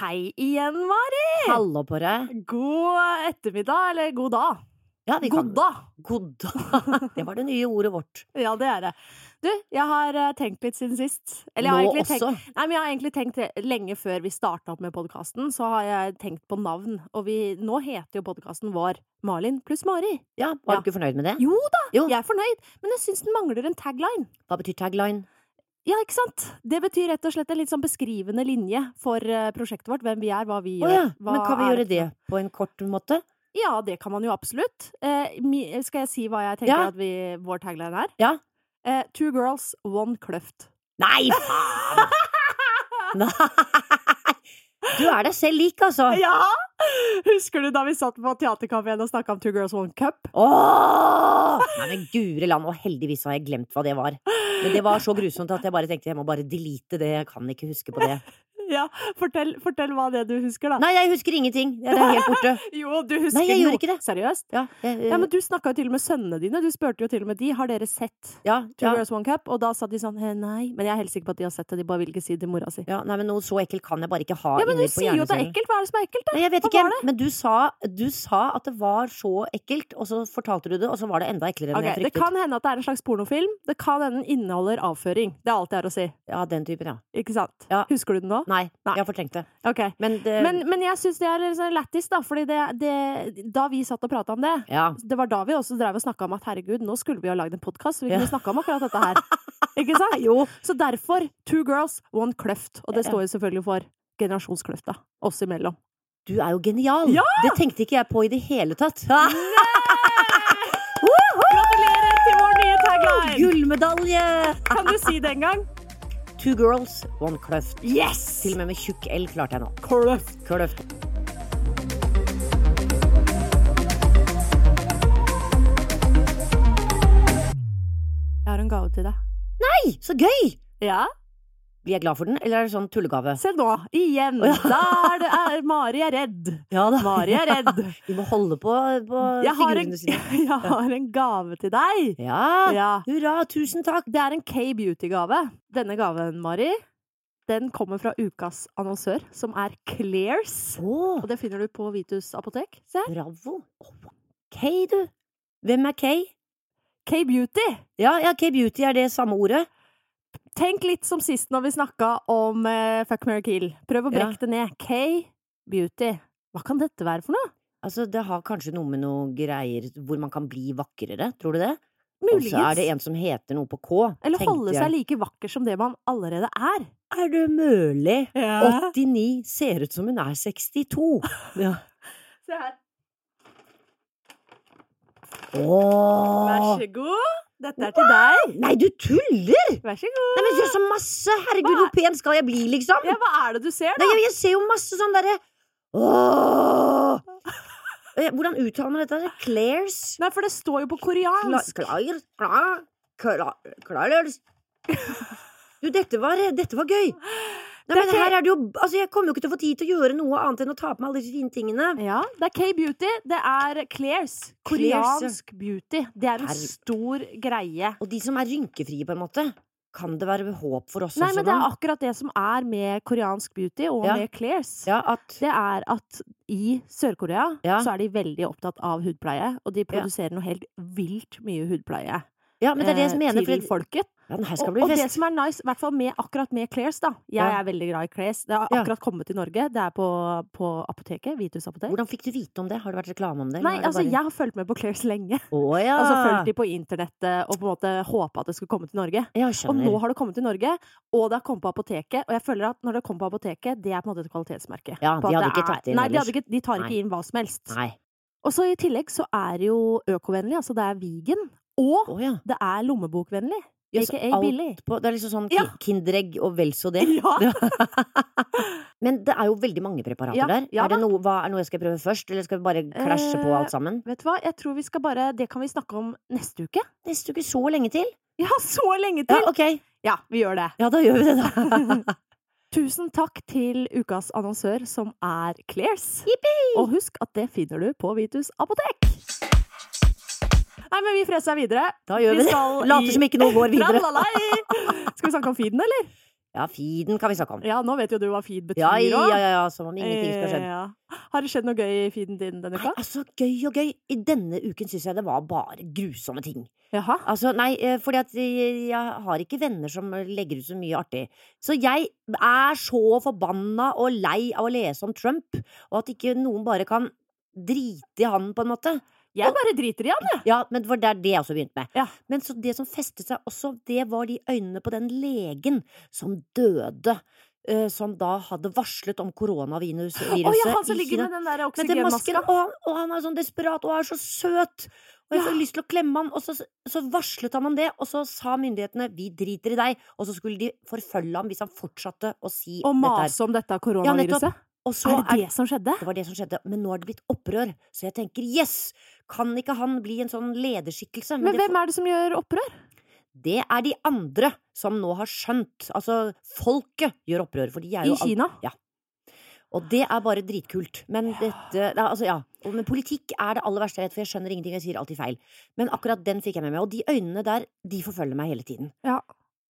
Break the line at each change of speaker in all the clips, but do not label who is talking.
Hei igjen, Mari!
Hallo på deg.
God ettermiddag, eller god dag.
Ja, vi kan
God dag!
God dag. Det var det nye ordet vårt.
Ja, det er det. Du, jeg har eh, tenkt litt siden sist. Eller jeg har
Nå
egentlig tenkt,
også.
nei, men jeg har egentlig tenkt det lenge før vi starta opp med podkasten, så har jeg tenkt på navn. Og vi, nå heter jo podkasten vår Malin pluss Mari.
Ja, Var
Ja.
du ikke fornøyd med det?
Jo da,
Jo.
jeg er fornøyd, men jeg syns den mangler en tagline.
Hva betyr tagline?
Ja, ikke sant? Det betyr rett og slett en litt sånn beskrivende linje for eh, prosjektet vårt. Hvem vi er, hva vi
Å
gjør.
ja,
hva
men kan vi
er-
gjøre det på en kort måte?
Ja, det kan man jo absolutt. Eh, mi- skal jeg si hva jeg tenker
Ja.
at vi, vår tagline er?
Ja.
Eh, two girls, one kløft.
Nei, faen! Nei! Du er deg selv lik, altså.
Ja! Husker du da vi satt på Theatercaféen og snakka om Two Girls One Cup?
Åh! Nei, men guri land, og heldigvis har jeg glemt hva det var. Men det var så grusomt at jeg bare tenkte jeg må bare delete det, jeg kan ikke huske på det.
Ja, fortell, fortell hva det du husker, da.
Nei, jeg husker ingenting. Det er helt borte.
Jo, du husker
Nei, jeg gjorde
noe.
ikke det.
Seriøst?
Ja, jeg,
Ja, men du snakka jo til og med sønnene dine. Du spurte jo til og med de. Har dere sett
ja,
Two
ja.
Girls One Cup? Og da sa de sånn «Eh, nei. Men jeg er helt sikker på at de har sett det. De bare vil ikke si det til mora si.
Ja, nei, men noe så ekkelt kan jeg bare ikke ha
Ja, men du
inne på
sier jo at det er
hjernecellen.
ekkelt. Hva er det som er ekkelt, da?
Nei, jeg vet
Hva
ikke,
var
men du sa, du sa at det var så ekkelt, og så fortalte du det, og så var det enda eklere enn
Ok,
jeg
det
fryktet.
kan hende at det er en slags pornofilm. Det kan hende den inneholder avføring. Det er alt jeg har å si.
Ja, den typen, ja.
Ikke sant?
Ja.
Husker du den nå?
Nei,
Nei.
jeg har fortrengt det.
Ok.
Men det
Men, men jeg syns det er litt sånn lættis, da, fordi det, det Da vi satt og prata om det
Ja.
det var da vi også drev og snakka om at herregud, nå skulle vi ha lagd en podkast, så vi
Ja.
kunne snakke om akkurat dette her. Ikke sant?
Jo.
Så derfor Two Girls, One Kløft. Og det
Ja.
står jo selvfølgelig for generasjonskløfta oss imellom.
Du er jo genial!
Ja!
Det tenkte ikke jeg på i det hele tatt.
Gratulerer til vår nye tagline!
Gullmedalje!
Kan du si det en gang?
Two girls, one kløft.
Yes!
Til og med med tjukk L klarte jeg nå.
Kløft.
Kløft.
Jeg har en gave til deg.
Nei, så gøy!
Ja?
Blir jeg glad for den, eller er det sånn tullegave?
Se nå, igjen.
Å, ja.
Da er det er, Mari er redd.
Ja da.
Mari er redd.
Vi må holde på, på
Jeg har, en,
figurene sine.
jeg har en gave til deg.
Ja.
Ja.
Hurra, tusen takk!
Det er en K-beauty-gave. Denne gaven, Mari, den kommer fra ukas annonsør, som er Clears.
Åh.
Og det finner du på Vitus apotek. Se her.
Bravo. Å, Kay, du. Hvem er Kay?
K-beauty.
Ja, ja, K-beauty er det samme ordet.
Tenk litt som sist når vi snakka om eh, Fuck, marry, kill. Prøv å
Ja.
brekke det ned. K-beauty. Hva kan dette være for noe?
Altså, Det har kanskje noe med noe greier hvor man kan bli vakrere, tror du det? Og
Muligens.
så er det en som heter noe på K.
Eller
tenkte
holde
jeg.
seg like vakker som det man allerede er.
Er det mulig?
Ja.
89 ser ut som hun er 62. Ja.
Se her. Vær
Åh.
så god. Dette er til deg.
Nei, du tuller!
Vær så god.
Nei, men så- så masse! Herregud,
Hva
hvor pen skal jeg bli, liksom?
Ja, hva er det du ser,
Nei,
da?
jeg, jeg ser jo masse sånn derre Åh! Eh, Hvordan uttaler man dette? Clairs?
Nei, for det står jo på
Kla-
koreansk.
Klarer klar, klar, Klarløs. Du, dette var, dette var gøy. Nei, men
Dette-
her er det jo Altså, jeg kommer jo ikke til å få tid til å gjøre noe annet enn å ta på meg alle disse fine tingene.
Ja, det er K-beauty. Det er Clairs.
Claire's,
Koreansk beauty. Det er en
Herre-
stor greie.
Og de som er rynkefrie, på en måte, kan det være håp for oss
Nei,
også
men det er
nå?
akkurat det som er med koreansk beauty og
Ja.
med Clairs.
Ja, at
Det er at i Sør-Korea
Ja.
så er de veldig opptatt av hudpleie, og de produserer noe helt vilt mye hudpleie
Ja, men det er det jeg
eh,
mener.
til
For,
folket.
ja, den her skal
Og,
bli
og det
fest.
som er nice, i hvert fall med, akkurat med Clairs, da. Jeg
Ja.
er veldig glad i Clairs. Det har
Ja.
akkurat kommet til Norge. Det er på, på apoteket. Vitus apotek.
Hvordan fikk du vite om det? Har det vært reklame om det?
Nei, altså, jeg har fulgt med på Clairs lenge.
Å ja.
Altså fulgt de på internettet og på en måte håpa at det skulle komme til Norge.
Ja,
Og nå
skjønner.
har det kommet til Norge, og det har kommet på apoteket. Og jeg føler at når det kommer på apoteket, det er på en måte et kvalitetsmerke.
Ja,
På
de
at
hadde ikke tatt det inn
Nei, de,
ellers.
hadde ikke, de tar
Nei.
ikke inn hva som helst.
Nei.
Og så i tillegg så er det jo økovennlig, altså det er vegan. Og
Å ja.
det er lommebokvennlig,
Ja, så
aka
alt
billig.
På, det er liksom sånn
Ja.
ki- Kinderegg og vel så det.
Ja.
Men det er jo veldig mange preparater
Ja,
der.
ja
er det noe, hva, er det noe jeg skal prøve først, eller skal vi bare klasje på
Eh,
alt sammen?
Vet du hva, jeg tror vi skal bare Det kan vi snakke om neste uke.
Neste uke så lenge til.
Ja, så lenge
Ja,
til!
ok.
Ja, vi gjør det.
Ja, da gjør vi det, da.
Tusen takk til ukas annonsør, som er Clairs. Og husk at det finner du på Vitus apotek! Nei, men vi freser videre.
Da gjør vi det.
skal i-
Later som ikke noe går videre.
Tralalai! Skal vi snakke om feeden, eller?
Ja, feeden kan vi snakke om.
Ja, nå vet jo du hva feed betyr
Ja,
òg.
ja, ja, ja, som om ingenting skal skje.
Ja. Har det skjedd noe gøy i feeden din denne
Nei,
uka?
altså, gøy og gøy. I denne uken syns jeg det var bare grusomme ting.
Jaha.
Altså, nei, eh, fordi at jeg jeg har ikke venner som legger ut så mye artig. Så jeg er så forbanna og lei av å lese om Trump, og at ikke noen bare kan drite i han, på en måte.
Jeg bare driter i han, jeg.
Ja, men for det er det jeg også begynte med.
Ja.
Men så det som festet seg også, det var de øynene på den legen som døde. eh, Som da hadde varslet om koronaviruset
Å ja, han
i
som ligger
Kina.
med den der
Men det masken,
oksygenmaska.
og, han- og han er sånn desperat, og er så søt! Og jeg får lyst til å klemme han, og så, så varslet han om det, og så sa myndighetene 'vi driter i deg', og så skulle de forfølge ham hvis han fortsatte å si
Og
dette her.
mase om dette
Ja, nettopp.
koronaviruset.
Og så
er det det som skjedde?
det var det som skjedde, men nå er det blitt opprør, så jeg tenker 'yes', kan ikke han bli en sånn lederskikkelse?
Men
det,
hvem er det som gjør opprør?
det er de andre som nå har skjønt. Altså, folket gjør opprør, for de er
I
jo all-
Kina?
Og det er bare dritkult. Men dette ja, altså, ja. Og- Men politikk er det aller verste jeg vet, for jeg skjønner ingenting, jeg sier alltid feil. Men akkurat den fikk jeg med meg. Og de øynene der, de forfølger meg hele tiden.
Ja.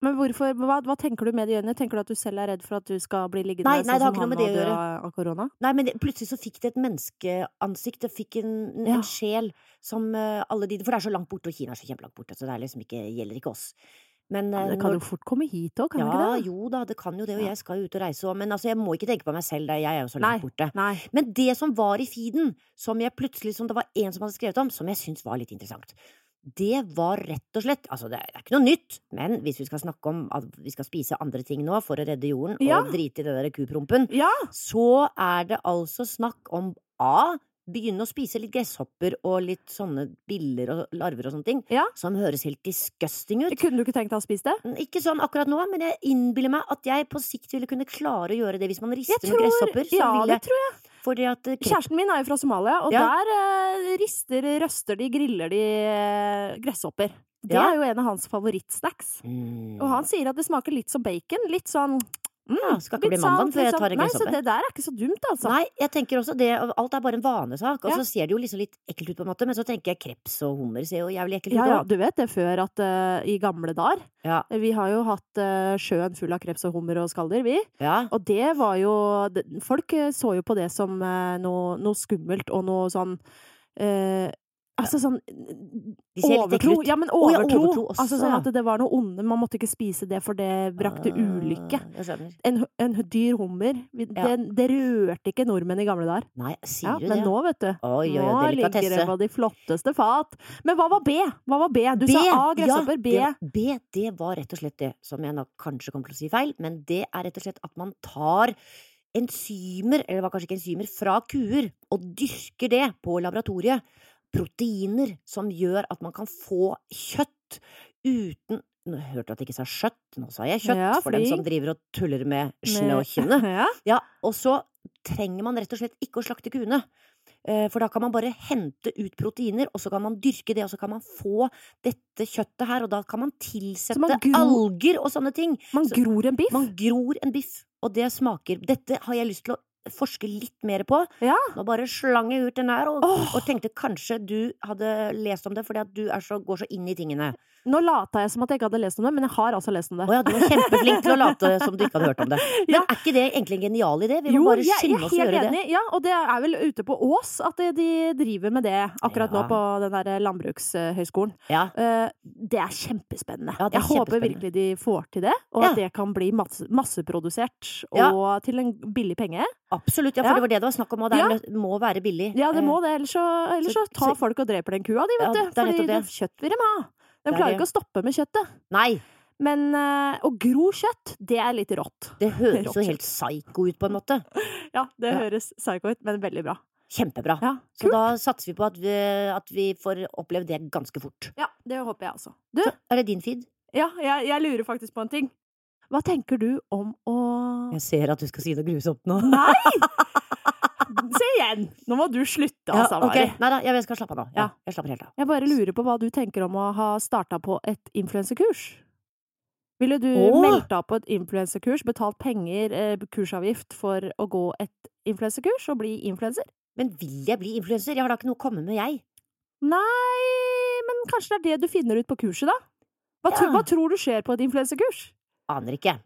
Men hvorfor, hva, hva tenker du med de øynene? Tenker du at du selv er redd for at du skal bli liggende
Nei, nei, det
sånn
har ikke
som han
noe med det å
og dø
gjøre.
av- av korona?
Nei, men det, plutselig så fikk det et menneskeansikt. Det fikk en,
Ja.
en sjel som eh, alle de For det er så langt borte, og Kina er så kjempelangt borte, så det er liksom ikke, gjelder ikke oss. Men
Ja,
eh,
men det kan jo
når-
fort komme hit òg, kan det
ja,
ikke det?
jo da, det kan jo det, og
Ja.
jeg skal jo ut og reise òg, men altså, jeg må ikke tenke på meg selv, da, jeg er jo så langt borte.
Nei.
Men det som var i feeden, som jeg plutselig, som det var en som hadde skrevet om, som jeg syntes var litt interessant, det var rett og slett Altså, det er ikke noe nytt, men hvis vi skal snakke om at vi skal spise andre ting nå for å redde jorden,
Ja.
og drite i den der kuprompen,
Ja!
så er det altså snakk om A. Begynne å spise litt gresshopper og litt sånne biller og larver og sånne ting,
Ja.
som høres helt disgusting ut.
Kunne du ikke tenkt deg å spise det?
Ikke sånn akkurat nå, men jeg innbiller meg at jeg på sikt ville kunne klare å gjøre det hvis man rister
Jeg
noen gresshopper.
tror,
Så
ja,
ville
det tror jeg.
Fordi at eh,
Kjæresten min er jo fra Somalia, og
Ja.
der eh, rister, røster de, griller de eh, gresshopper. Det
Ja.
er jo en av hans favorittsnacks.
Mm.
Og han sier at det smaker litt som bacon. Litt sånn mm,
Ja, skal ikke
litt
bli mandag
sånn,
før jeg
litt
tar
sånn-
en
Nei,
gresshopper.
så det der er ikke så dumt, altså.
Nei, jeg tenker også det. og Alt er bare en vanesak. Og
Ja.
så ser det jo liksom litt ekkelt ut, på en måte, men så tenker jeg kreps og hummer ser jo jævlig ekkelt
Ja, ja,
ut.
du vet det før at eh, i gamle dager
Ja.
Vi har jo hatt eh, sjøen full av kreps og hummer og skalldyr, vi.
Ja. Ja.
Og det var jo det- Folk eh, så jo på det som eh, noe, noe skummelt og noe sånn eh, Altså sånn
De ser litt
Overtro!
ekle ut.
Ja, men
Å, ja,
overtro!
overtro også,
altså sånn
ja.
at det var noe onde. Man måtte ikke spise det, for det brakte
Ah,
ulykke.
Jeg skjønner.
En, hu- en hu- dyr hummer, vi-
Ja.
det, det rørte ikke nordmenn i gamle dager.
Nei, sier
Ja,
du
men
det?
nå, vet du.
Oi, oi,
Nå
oi,
ligger det
delikatesse.
på de flotteste fat. Men hva var B? Hva var B? Du sa A, gresshopper. B.
Ja, det, B, det var rett og slett det som jeg nok kanskje kommer til å si feil, men det er rett og slett at man tar enzymer, eller det var kanskje ikke enzymer, fra kuer og dyrker det på laboratoriet. Proteiner som gjør at man kan få kjøtt uten Nå hørte jeg at jeg ikke sa skjøtt, nå sa jeg kjøtt,
Ja,
for den som
flink.
driver og tuller med
Med-
snøkinnet.
Ja.
Ja, og så trenger man rett og slett ikke å slakte kuene. Eh, For da kan man bare hente ut proteiner, og så kan man dyrke det, og så kan man få dette kjøttet her, og da kan man tilsette
man gro-
alger og sånne ting.
Man
Så-
gror en biff.
Man gror en biff, og det smaker Dette har jeg lyst til å forske litt mer på.
Ja.
Nå bare slang jeg ut den her, og,
Åh.
og tenkte kanskje du hadde lest om det, fordi at du er så, går så inn i tingene.
Nå lata jeg som at jeg ikke hadde lest om det, men jeg har altså lest om det.
Å ja, du var kjempeflink til å late som du ikke hadde hørt om det. Men
Ja.
er ikke det egentlig en genial idé? Vi må
Jo,
bare
jeg, jeg
skynde
er
oss å
helt
gjøre det.
enig. Ja, og det er vel ute på Ås at de- de driver med det akkurat nå
Ja.
på den der landbrukshøyskolen.
Ja.
Eh, Det er kjempespennende.
Ja, det er
jeg håper
kjempespennende.
virkelig de får til det, og at det kan bli masse, masseprodusert og til en billig penge.
Absolutt, ja, for
Ja.
det var det det var snakk om, og det er, må være billig.
Ja, det
Eh,
må det, ellers så, ellers så
så-
tar
så-
folk og dreper den kua, de, vet
Ja,
du.
det er
Fordi
nettopp
det
det.
er kjøtt vil de ha. De
Det er
klarer
det.
ikke å stoppe med kjøttet.
Eh, Nei,
Men eh, å gro kjøtt, det er litt rått.
det høres
Rått
jo helt psyko ut på en måte.
Ja, det
Ja.
høres psycho ut, men veldig bra.
Kjempebra.
Ja,
Så da satser vi på at vi, at vi får oppleve det ganske fort.
Ja, det håper jeg også. Du,
Så er det din feed?
Ja, jeg, jeg lurer faktisk på en ting. Hva tenker du om å
Jeg ser at du skal si noe grusomt nå.
Nei! Se igjen! Nå må du slutte, altså,
ok.
Mari.
Nei da, jeg jeg skal slappe av nå. Ja,
Ja.
jeg slapper helt av.
Jeg bare lurer på hva du tenker om å ha starta på et influensekurs. Ville du
Åh!
meldt deg på et influensekurs, betalt penger, eh, kursavgift for å gå et influensekurs og bli influenser?
Men vil jeg bli influenser? Jeg har da ikke noe å komme med, jeg.
Nei, men kanskje det er det du finner ut på kurset, da? Hva, tro,
Ja.
hva tror du skjer på et influensekurs?
Aner ikke.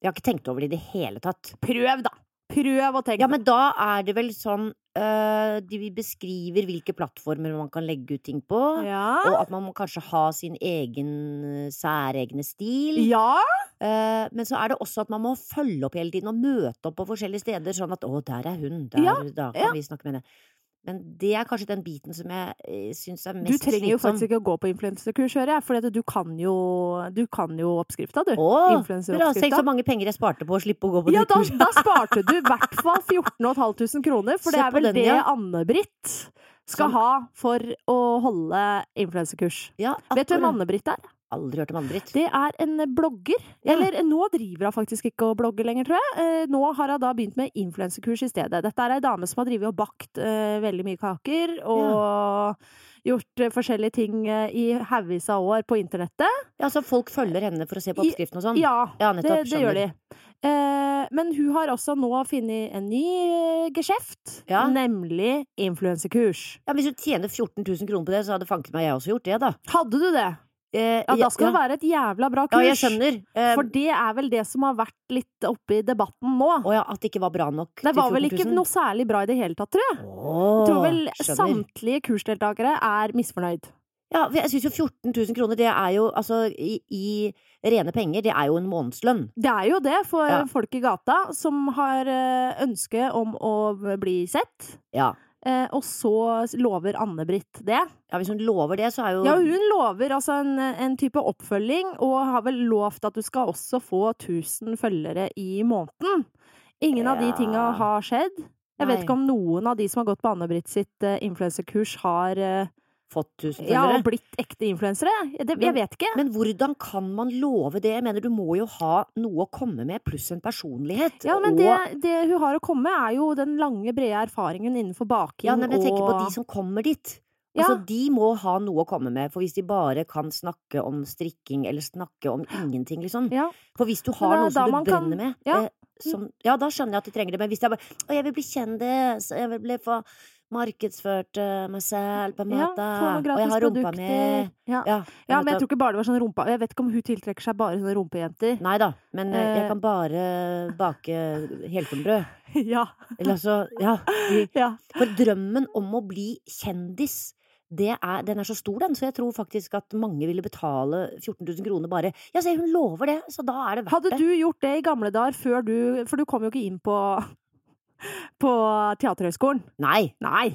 Jeg har ikke tenkt over det i det hele tatt.
Prøv, da! Prøv å tenke.
Ja, men da er det vel sånn øh, De beskriver hvilke plattformer man kan legge ut ting på.
ja.
Og at man må kanskje ha sin egen øh, særegne stil.
ja.
Eh, men så er det også at man må følge opp hele tiden og møte opp på forskjellige steder. Sånn at 'å, der er hun', der,
Ja,
da kan
ja.
vi snakke med henne. Men det er kanskje den biten som jeg eh, syns er
Du
mest
trenger jo faktisk ikke å gå på influenserkurs, hører jeg, for du kan jo, du kan jo oppskrifta, du.
Å, bra! Tenk
Influenseroppskrifta.
så mange penger jeg sparte på å slippe å gå på
Ja,
det
da,
kurset.
da sparte du i hvert fall 14.500 kroner, for
Se
det er
på
vel
den,
det
ja.
Anne-Britt skal
Som-
ha for å holde influensekurs.
Ja,
Vet du hvem
akkurat.
Anne-Britt er?
Aldri hørt om Anne-Britt.
Det er en blogger.
Ja.
Eller nå driver hun faktisk ikke å blogge lenger, tror jeg. Eh, Nå har hun da begynt med influensekurs i stedet. Dette er ei dame som har drevet og bakt eh, veldig mye kaker, og gjort eh, forskjellige ting eh, i haugevis av år på internettet.
Ja, så folk følger henne for å se på
I-
oppskriften og sånn?
Ja, det,
nettopp.
det gjør de. Eh, men hun har også nå funnet en ny eh, geskjeft,
Ja.
nemlig influensekurs.
Ja, hvis du tjener 14 000 kroner på det, så hadde fanken meg jeg også gjort det, da.
Hadde du det?
Eh,
Ja, da skal det
ja,
være et jævla bra
Ja,
kurs.
jeg skjønner. Eh,
For det er vel det som har vært litt oppe i debatten nå.
å ja, at det ikke var bra nok
Det var vel ikke noe særlig bra i det hele tatt, tror jeg. Jeg tror vel samtlige kursdeltakere er misfornøyd.
Ja, for jeg syns jo 14 000 kroner, det er jo altså i, i rene penger, det er jo en månedslønn.
Det er jo det for
Ja.
folk i gata som har eh, ønske om å bli sett,
Ja.
eh, og så lover Anne-Britt det.
ja, hvis hun lover det, så er jo
Ja, hun lover altså en, en type oppfølging, og har vel lovt at du skal også få 1000 følgere i måneden. Ingen av de
Ja.
tinga har skjedd. Jeg vet
Nei.
ikke om noen av de som har gått på Anne-Britt sitt eh, influenserkurs, har eh,
fått 1000
ja,
følgere.
og blitt ekte influensere. Det, jeg vet ikke.
Men hvordan kan man love det? Jeg mener, du må jo ha noe å komme med, pluss en personlighet.
Ja, men
og-
det, det hun har å komme med, er jo den lange, brede erfaringen innenfor baking
Ja, nei, men jeg tenker på
og
de som kommer dit.
Ja.
Altså, De må ha noe å komme med, for hvis de bare kan snakke om strikking eller snakke om ingenting, liksom.
Ja.
For hvis du
det
har
er
noe
da
som du
man
brenner
kan-
med,
ja.
eh, som, ja, da skjønner jeg at de trenger det, men hvis jeg bare Å, jeg vil bli kjendis, og jeg vil bli få markedsført eh, meg selv, på en
ja, få
måte,
noen
eh, og jeg
gratis
har rumpa mi
produkter. Ja.
Ja,
ja, men jeg tror ikke bare det var sånn rumpa Jeg vet ikke om hun tiltrekker seg bare sånne rumpejenter.
Nei da, men eh,
Eh.
jeg kan bare bake helkornbrød.
ja.
Eller altså, ja. vi-
ja.
For drømmen om å bli kjendis, det er, den er så stor, den, så jeg tror faktisk at mange ville betale 14 000 kroner bare Ja, se, hun lover det, så da er det verdt
Hadde
det.
du gjort det i gamle dager før du For du kom jo ikke inn på, på Teaterhøgskolen.
Nei,
Nei.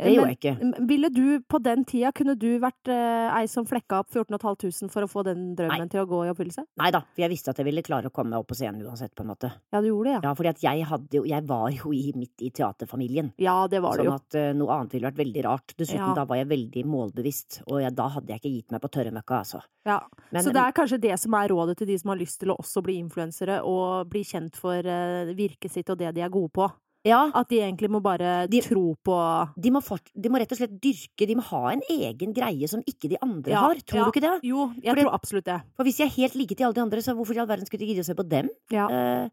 Eh,
det gjorde jeg ikke.
Ville du på den tida Kunne du vært eh, ei som flekka opp 14 500 for å få den drømmen
Nei.
til å gå i oppfyllelse?
Nei da, for jeg visste at jeg ville klare å komme meg opp på scenen uansett, på en måte.
Ja, du gjorde det, ja.
Ja, fordi at jeg hadde jo Jeg var jo i, midt i teaterfamilien.
Ja, det var det
Sånn
jo.
at eh, noe annet ville vært veldig rart. Dessuten,
Ja.
da var jeg veldig målbevisst, og jeg, da hadde jeg ikke gitt meg på tørre møkka, altså.
Ja.
Men,
så det er kanskje det som er rådet til de som har lyst til å også bli influensere og bli kjent for eh, virket sitt og det de er gode på.
ja,
At de egentlig må bare
De-
tro på
de må, fort, de må rett og slett dyrke De må ha en egen greie som ikke de andre
Ja,
har. Tror
ja.
du ikke det?
Jo, jeg
Fordi-
tror absolutt det.
For hvis de er helt like til alle de andre, så hvorfor i all verden skulle de gidde å se på dem?
Ja.
Eh,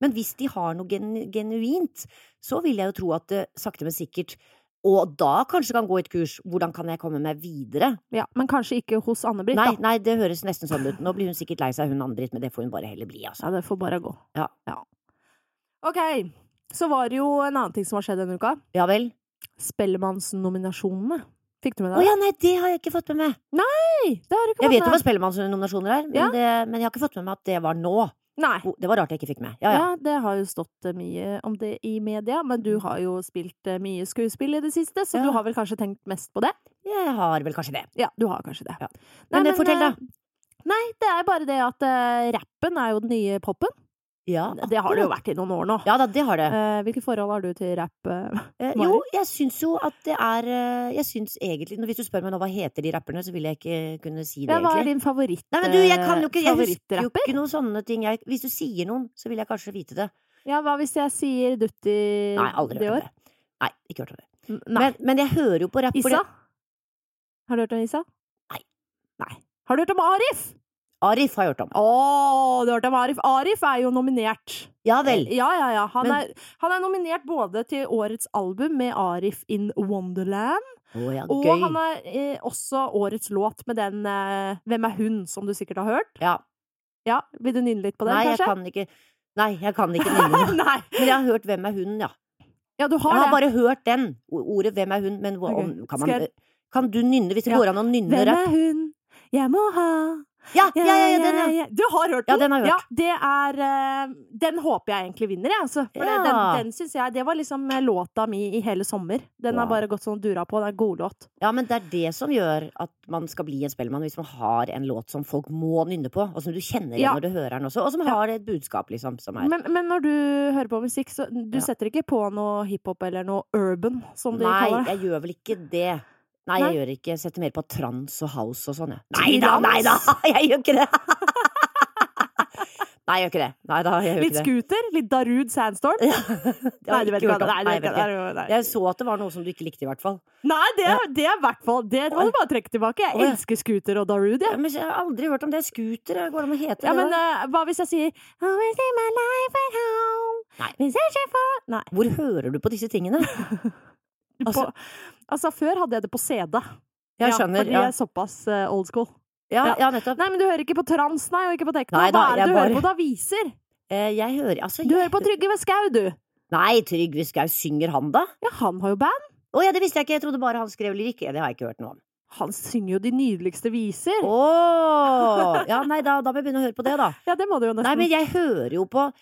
men hvis de har noe genu genuint, så vil jeg jo tro at det sakte, men sikkert Og da kanskje kan gå et kurs. Hvordan kan jeg komme meg videre?
ja. Men kanskje ikke hos Anne-Britt,
Nei,
da.
nei, det høres nesten sånn ut. Nå blir hun sikkert lei seg, hun Ann-Britt, men det får hun bare heller bli, altså.
Ja, det får bare gå.
Ja.
Ok, så var det jo en annen ting som har skjedd denne uka.
Ja vel?
Spellemannsnominasjonene. Fikk du med deg
Å
det?
ja, nei, det har jeg ikke fått med meg.
Nei, det har du ikke
Jeg
fått
vet jo hva
med deg.
Spellemannsnominasjoner er, men,
Ja.
det, men jeg har ikke fått med meg at det var nå.
Nei.
Oh, Det var rart jeg ikke fikk med.
Ja,
Ja, ja.
det har jo stått eh, mye om det i media, men du har jo spilt eh, mye skuespill i det siste, så
Mm. Ja.
du har vel kanskje tenkt mest på det?
Jeg har vel kanskje det.
Ja, du har kanskje det.
Ja.
Nei,
Men, eh, fortell,
eh,
da.
Nei, det er bare det at eh, rappen er jo den nye popen.
Ja,
Det har det jo vært i noen år nå.
Ja da, det har det.
Eh, Hvilke forhold har du til rapp? eh?
Eh,
Mari?
jo, jeg syns jo at det er eh, Jeg syns egentlig Hvis du spør meg nå hva heter de rapperne, så vil jeg ikke kunne si det,
Ja, hva er
egentlig.
din favoritt?
Nei, men du, jeg kan jo
eh,
ikke Jeg husker jo
favorittrapper?
ikke noen sånne ting. Jeg, hvis du sier noen, så vil jeg kanskje vite det.
Ja, hva hvis jeg sier Dutti
Nei, aldri
det år?
hørt om det. Nei, ikke hørt om det.
N- Nei.
Men, men jeg hører jo på rapp
Issa? Har du hørt om Issa?
Nei.
Nei. Har du hørt om Arif?
Arif har jeg hørt om.
Å, du har hørt om Arif. Arif er jo nominert.
Ja vel.
Ja, ja, ja. Han,
Men-
er, han er nominert både til årets album med Arif in Wonderland,
Å ja,
og
gøy.
han er eh, også årets låt med den eh, Hvem er hun?, som du sikkert har hørt.
Ja.
Ja, Vil du nynne litt på den,
Nei, jeg
kanskje?
kan ikke Nei, jeg kan ikke nynne.
Nei.
Men jeg har hørt 'Hvem er hunden', ja.
Ja, du har,
Jeg har
det.
bare hørt den. o- Ordet 'Hvem er hunden', men hva-
Ok,
om,
skal
kan, man, eh,
jeg-
kan du nynne, hvis det
Ja.
går an å nynne
Hvem
rapp?
er hun jeg må ha?
Ja, ja, ja, ja, den, ja.
Du har hørt den?
Ja, den har jeg hørt.
det er eh, Den håper jeg egentlig vinner, jeg, altså. For det-
Ja.
den, den syns jeg Det var liksom låta mi i hele sommer. Den har
Wow.
bare gått sånn dura på. Det er en god låt.
Ja, men det er det som gjør at man skal bli en spellemann, hvis man har en låt som folk må nynne på, og som du kjenner igjen
Ja.
når du hører den også, og som har et budskap, liksom, som er
Men, men når du hører på musikk, så du
Ja.
setter ikke på noe hiphop eller noe urban, som de
Nei,
kaller det?
jeg gjør vel ikke det. Nei,
Nei.
jeg gjør ikke. Jeg setter mer på trans og house og sånn, jeg. Nei
Trans?
da, nei da! Jeg gjør ikke det! Nei, jeg gjør ikke det. Nei da, jeg gjør
Litt
ikke det.
scooter? Litt Darude Sandstorm?
Jeg har
Nei, du vet
ikke
ikke hva
hørt om-
det er.
Nei,
Nei, du
jeg vet
vet
ikke.
ikke hva det er.
Jeg så at det var noe som du ikke likte, i hvert fall.
Nei, det er, det er i hvert fall Det må du bare trekke tilbake.
Å, ja.
Jeg elsker scooter og Darude, jeg.
Ja, men jeg har aldri hørt om det. Scooter, går det an å hete
Ja,
det?
men
da?
eh, hva hvis jeg sier Always in my life at home
Nei.
Hvis jeg ikke får Nei.
Hvor hører du på disse tingene?
Altså,
Altså-
altså, før hadde jeg det på CD.
Jeg
Ja,
skjønner.
fordi
Ja,
jeg er såpass eh, old school.
ja,
ja.
ja nettopp.
Nei, men du hører ikke på trans, nei, og ikke på tekno.
Nei
Hva er
da,
det
jeg
du
bare-
hører på da? Viser?
Eh, Jeg hører altså
Du hører på Trygve Skau, du.
Nei, Trygve Skau, synger han da?
Ja, han har jo band.
Å ja, det visste jeg ikke. Jeg trodde bare han skrev lyrikk. Ja, Det har jeg ikke hørt noe om.
Han synger jo de nydeligste viser.
Åh, Ja, nei, da, da må jeg begynne å høre på det, da.
Ja, det må du jo
Nei,
nesten.
men jeg hører jo på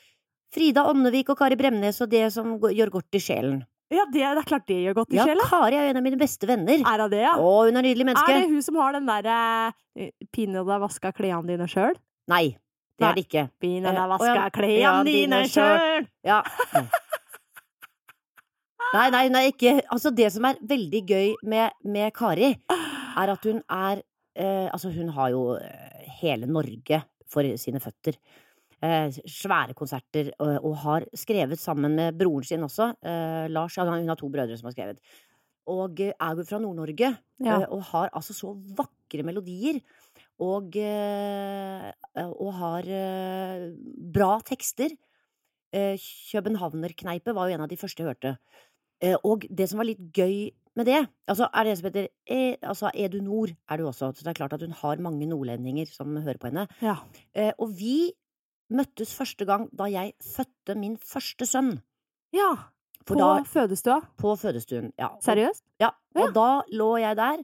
Frida Åndevik og Kari Bremnes og det som går- gjør godt i sjelen.
Ja, det, det er klart det gjør godt i
Ja,
sjela.
Kari er jo en av mine beste venner.
Er hun det, ja?
Å, hun er et nydelig
Er det
menneske.
hun som har den derre Pinne deg vaska klærne dine sjøl?
Nei, det er det ikke.
Pinne
Eh,
deg
å ja,
vaska
ja,
klærne dine
dine
sjøl!
Ja. Nei, nei, hun er ikke Altså, det som er veldig gøy med, med Kari, er at hun er eh, Altså, hun har jo eh, hele Norge for sine føtter. Eh, svære konserter, og, og har skrevet sammen med broren sin også, eh, Lars. Ja, hun har to brødre som har skrevet. Og eh, er jo fra Nord-Norge,
Ja.
eh, og har altså så vakre melodier. Og, eh, og har eh, bra tekster. Eh, Københavnerkneipet var jo en av de første jeg hørte. Eh, og det som var litt gøy med det altså Er det en som heter e, altså Er du nord? er du også. Så det er klart at hun har mange nordlendinger som hører på henne.
Ja.
Eh, og vi møttes første gang da jeg fødte min første sønn.
ja.
For
På
da,
fødestua?
på fødestuen. Ja. Og-
Seriøst?
Ja, og
Ja.
da lå jeg der,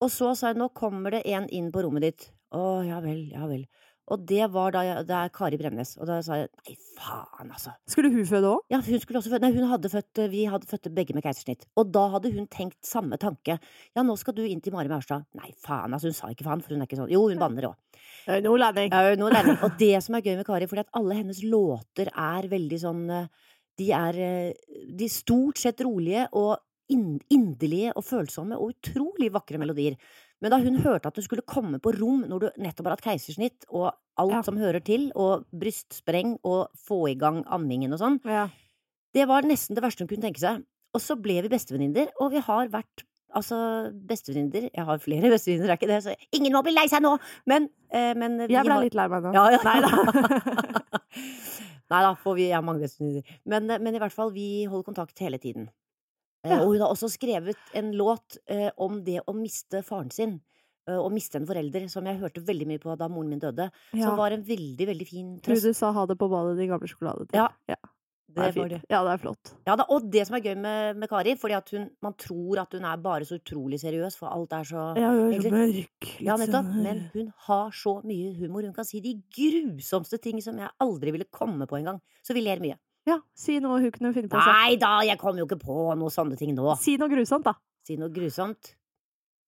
og så sa jeg nå kommer det en inn på rommet ditt. Å, ja vel, ja vel. Og det var da jeg, det er Kari Bremnes. Og da sa jeg nei, faen, altså.
Skulle hun føde òg?
Ja, for hun skulle også føde, nei, hun hadde født, vi hadde født begge med keisersnitt. Og da hadde hun tenkt samme tanke. Ja, nå skal du inn til Mari Maurstad. Nei, faen, altså, hun sa ikke faen, for hun er ikke sånn. Jo, hun banner òg.
Eh, Nordlending.
Ja, hun er nordlending. Og det som er gøy med Kari, fordi at alle hennes låter er veldig sånn eh, De er eh, de er stort sett rolige og inn- inderlige og følsomme og utrolig vakre melodier. Men da hun hørte at du skulle komme på rom når du nettopp har hatt keisersnitt, og alt
Ja.
som hører til, og brystspreng og få i gang ammingen og sånn,
Ja.
det var nesten det verste hun kunne tenke seg. Og så ble vi bestevenninner, og vi har vært altså bestevenninner. Jeg har flere bestevenninner, det er ikke det, så ingen må bli lei seg nå! Men, eh, men vi
Jeg ble
har
litt lei meg nå.
ja, ja.
Nei da.
Nei da, for vi er mange bestevenninner. Men, eh, men i hvert fall, vi holder kontakt hele tiden. Eh,
Ja.
Og hun har også skrevet en låt eh, om det å miste faren sin. eh, Å miste en forelder, som jeg hørte veldig mye på da moren min døde.
Ja.
Som var en veldig, veldig fin
Tror
trøst.
du sa ha det på badet, din gamle sjokolade.
Ja,
ja. Det
Det
er
var
fint.
det.
Ja, det er flott.
Ja, da, og det som er gøy med, med Kari, fordi at hun, man tror at hun er bare så utrolig seriøs, for alt er så
Ja, hun er
Egentlig-
mørk.
Ja, nettopp.
sånn-
Men hun har så mye humor. Hun kan si de grusomste ting som jeg aldri ville komme på engang. Så vi ler mye.
Ja, si noe hun kunne finne på. å si.
Nei da, jeg kom jo ikke på noen sånne ting nå.
Si noe grusomt, da.
Si noe grusomt.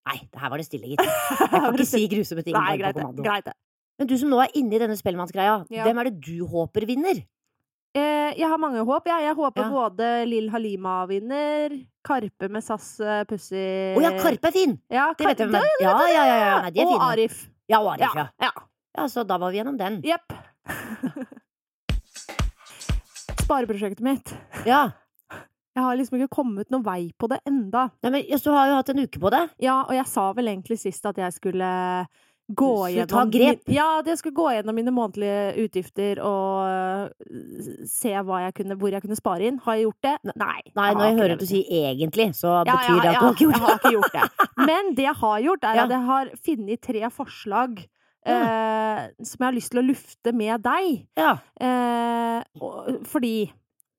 Nei, det her var det stille, gitt. Jeg kan ikke si grusomme ting
Nei,
bare
greit
på
det.
kommando.
Greit det.
Men du som nå er inne i denne Spellemannsgreia,
Ja.
hvem er det du håper vinner?
Eh, jeg har mange håp. Jeg, jeg håper
Ja.
både Lill Halima vinner, Karpe med SAS eh, Pussy
Å ja, Karpe er fin!
Ja,
Det vet jeg
Karpe-
hvem er. Ja, ja, ja, ja. Nei, de er
og
fine.
Arif.
Ja, og Arif, ja.
Ja. ja.
Ja, så da var vi gjennom den.
Jepp. Spareprosjektet mitt.
Ja.
Jeg har liksom ikke kommet noen vei på det enda.
Nei, men jøss, du har jo hatt en uke på deg.
Ja, og jeg sa vel egentlig sist at jeg skulle gå
skulle
gjennom
ta grep.
Min, ja, at jeg skulle gå gjennom mine månedlige utgifter og øh, se hva jeg kunne, hvor jeg kunne spare inn. Har jeg gjort det? Nei.
Nei,
jeg
når
har
jeg
ikke
hører
det,
at du
vet
sier egentlig, så
Ja,
betyr det at du har
jeg
ikke gjort det.
har ikke gjort det. Men det jeg har gjort, er
Ja.
at jeg har funnet tre forslag eh, som jeg har lyst til å lufte med deg.
Ja.
Eh, og, fordi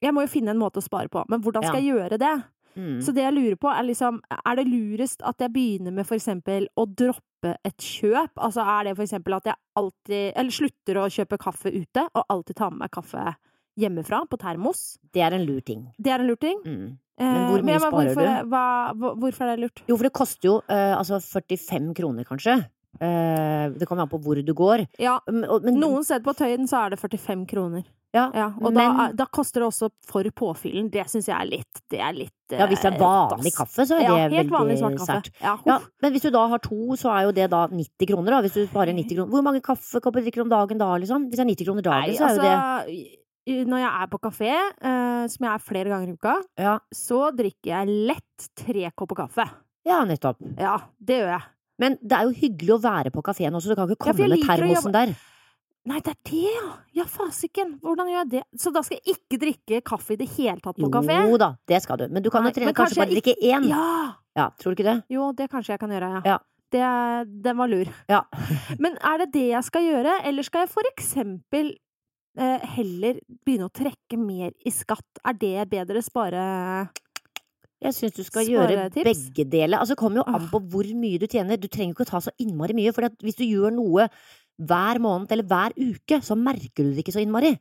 jeg må jo finne en måte å spare på. Men hvordan skal
Ja.
jeg gjøre det?
Mm.
Så det jeg lurer på, er liksom Er det lurest at jeg begynner med for eksempel å droppe et kjøp? Altså er det for eksempel at jeg alltid Eller slutter å kjøpe kaffe ute, og alltid tar med meg kaffe hjemmefra på termos?
Det er en lur ting.
Det er en lur ting.
Mm.
Eh,
Men hvor mye
jeg-
sparer
hvorfor, Hva, hvor- hvorfor er det lurt?
Jo, for det koster jo eh, altså 45 kroner, kanskje. Eh, det kommer an på hvor du går.
Ja,
Men, og- men,
noen steder på Tøyen så er det 45 kroner.
Mm. ja,
Ja, og da,
men-
da koster det også for påfyllen. Det syns jeg er litt Det er litt
ja, hvis det
eh,
er vanlig
dass.
kaffe, så er
Ja,
det
helt vanlig svart
veldig
kaffe.
sært.
Ja,
Ja,
uff.
men hvis du da har to, så er jo det da 90 kroner, da. Hvis du sparer 90 kroner. Hvor mange kaffekopper drikker du om dagen da, liksom? Hvis det er 90 kroner dagen,
Nei,
så er jo det
altså, i- når jeg er på kafé, eh, som jeg er flere ganger i uka,
ja,
så drikker jeg lett tre kopper kaffe.
ja, nettopp.
Ja, det gjør jeg.
Men det er jo hyggelig å være på kafeen også, du kan ikke
Ja, for
komme
jeg
med
liker å
termosen der.
Nei, det er det, ja! Ja, fasiken! Hvordan gjør jeg det? Så da skal jeg ikke drikke kaffe i det hele tatt på kafé?
Jo da, det skal du. Men du kan
Nei,
jo trene,
men
kanskje,
kanskje
bare drikke én. Ja.
Ja!
tror du ikke det?
Jo, det kanskje jeg kan gjøre, ja.
Ja.
Det, den var lur.
Ja.
Men er det det jeg skal gjøre, eller skal jeg for eksempel eh, heller begynne å trekke mer i skatt? Er det bedre spare...
Jeg syns du skal gjøre
Sparetips?
begge deler. Altså, det kommer jo an
Åh.
på hvor mye du tjener. Du trenger ikke å ta så innmari mye, for hvis du gjør noe hver måned eller hver uke, så merker du det ikke så innmari.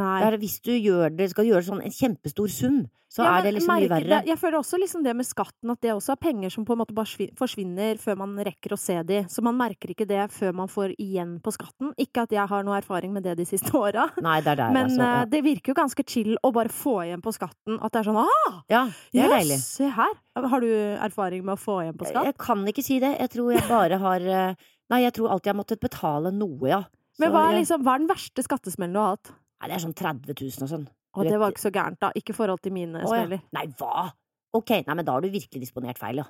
Nei.
Det er, hvis du gjør det, skal gjøre sånn en kjempestor sum, så
Ja,
er det
men
liksom mye
merker-
verre.
det- Jeg føler også liksom det med skatten, at det også er penger som på en måte bare svi- forsvinner før man rekker å se de. Så man merker ikke det før man får igjen på skatten. Ikke at jeg har noe erfaring med det de siste åra.
Nei, det er der,
Men
altså.
eh, det virker jo ganske chill å bare få igjen på skatten. At det er sånn ah,
Ja, det er
jøss,
deilig.
se her! Har du erfaring med å få igjen på skatt?
Jeg kan ikke si det. Jeg tror jeg bare har eh, Nei, jeg tror alltid jeg har måttet betale noe, ja. Så
Men hva er,
jeg-
liksom, hva er den verste skattesmellen du har hatt?
Nei, det er sånn 30 000 og sånn.
Og det var ikke så gærent, da. Ikke i forhold til mine
Å, ja.
smeller.
Nei, hva? Ok, nei, men da har du virkelig disponert feil, ja.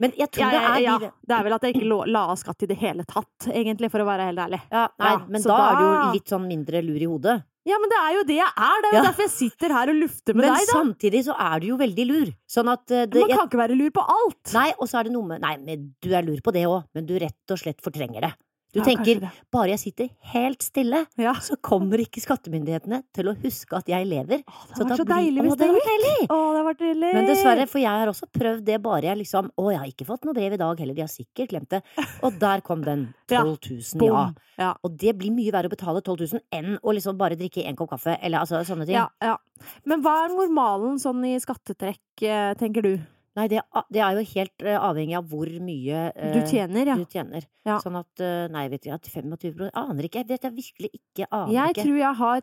Men jeg tror
Ja, ja,
det
ja.
er de
Det er vel at jeg ikke lå- la av skatt i det hele tatt, egentlig, for å være helt ærlig.
ja, nei,
Ja,
men
så
da, er du jo
da-
litt sånn mindre lur i hodet.
Ja, men det er jo det jeg er! Det er jo
Ja.
derfor jeg sitter her og lufter med
Men
deg, da!
samtidig så er du jo veldig lur. Sånn at eh, det,
Man
jeg,
kan ikke være lur på alt!
Nei, og så er det noe med Nei, men du er lur på det òg, men du rett og slett fortrenger det. Du
Ja, kanskje
tenker
det.
bare jeg sitter helt stille,
Ja.
så kommer ikke skattemyndighetene til å huske at jeg lever.
Å, det
Så
hadde vært
da
så
blir-
deilig
Å,
hvis det
hadde
gikk!
vært deilig!
Å, det hadde vært deilig!
Men dessverre, for jeg har også prøvd det bare jeg liksom Å, jeg har ikke fått noe brev i dag heller, de har sikkert glemt det. Og der kom den.
Ja.
12 000, ja.
Bom! Ja.
Og det blir mye verre å betale 12 000 enn å liksom bare drikke en kopp kaffe, eller altså sånne ting.
Ja, ja. Men hva er normalen sånn i skattetrekk, eh, tenker du?
Nei, det, det er jo helt eh, avhengig av hvor mye eh,
Du tjener, ja.
du tjener.
Ja.
Sånn at eh, Nei, vet du, at 25 Aner ikke. Jeg vet jeg virkelig ikke. Aner
Jeg
ikke.
tror jeg har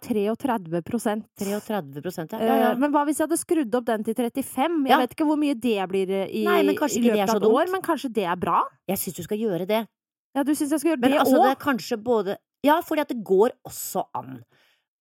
33 prosent.
33 ja. ja, ja.
Eh, Men hva hvis jeg hadde skrudd opp den til 35? Jeg
Ja.
vet ikke hvor mye det blir eh, i,
Nei, men kanskje
i
ikke det
løpet
er så
av et
dumt.
år, men kanskje det er bra?
Jeg syns du skal gjøre det.
Ja, du syns jeg skal gjøre
Men
det
altså, det
òg?
er kanskje både Ja, fordi at det går også an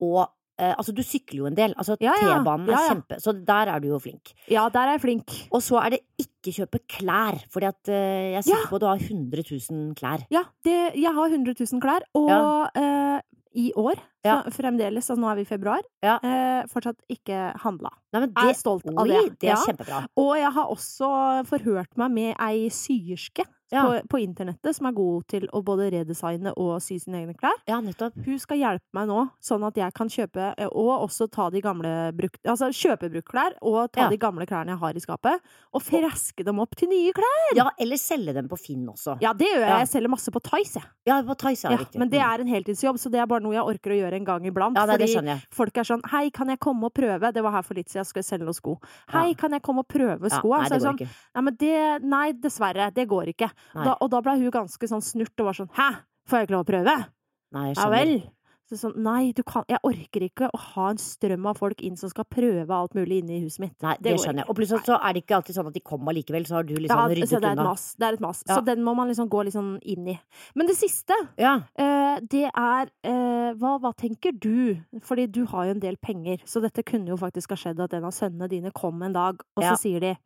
å eh, Altså, du sykler jo en del. Altså,
Ja, ja.
T-banen
Ja,
er
ja.
kjempe Så der er du jo flink.
Ja, der er jeg flink.
Og så er det ikke kjøpe klær, fordi at eh, jeg er sikker
Ja.
på at du har 100 000 klær.
Ja, det, jeg har 100 000 klær, og eh, i år,
Ja.
så fremdeles, altså nå er vi i februar,
Ja.
eh, fortsatt ikke handla.
Nei, men
Jeg
det
er stolt av
Oi,
det.
det er
ja.
kjempebra.
Og jeg har også forhørt meg med ei syerske
Ja.
på, på internettet som er god til å både redesigne og sy sine egne klær.
Ja, nettopp.
Hun skal hjelpe meg nå, sånn at jeg kan kjøpe eh, og også ta de gamle brukt... Altså kjøpe bruktklær og ta
Ja.
de gamle klærne jeg har i skapet, og freske dem opp til nye klær!
Ja, eller selge dem på Finn også.
Ja, det gjør jeg.
Ja.
Jeg selger masse på Tice, jeg.
Ja, på Tice er
Ja,
det riktig.
men det
Mm.
er en heltidsjobb, så det er bare noe jeg orker å gjøre en gang iblant.
Ja, nei, det
fordi
skjønner jeg.
folk er sånn 'Hei, kan jeg komme og prøve?' Det var her for litt siden, jeg skulle selge noen sko. 'Hei,
Ja.
kan jeg komme og prøve
Ja,
skoa?'
nei,
så jeg er
det går
sånn
ikke.
Nei, men det Nei, dessverre. Det går ikke.
Nei.
Da, og da ble hun ganske sånn snurt og var sånn 'Hæ, får jeg ikke lov å prøve?'
Nei, jeg
Ja
skjønner.
vel. Så sånn, nei, du kan, jeg orker ikke å ha en strøm av folk inn som skal prøve alt mulig inne i huset mitt.
Nei, det,
går
skjønner jeg.
ikke.
Og plutselig så er det ikke alltid sånn at de kom allikevel, så har du liksom
ja,
ryddet
så det er et
unna.
mas. Det er et mas.
Ja.
Så den må man liksom gå litt sånn inn i. Men det siste,
Ja.
Eh, det er eh, hva, hva tenker du? Fordi du har jo en del penger, så dette kunne jo faktisk ha skjedd at en av sønnene dine kom en dag, og
Ja.
så sier de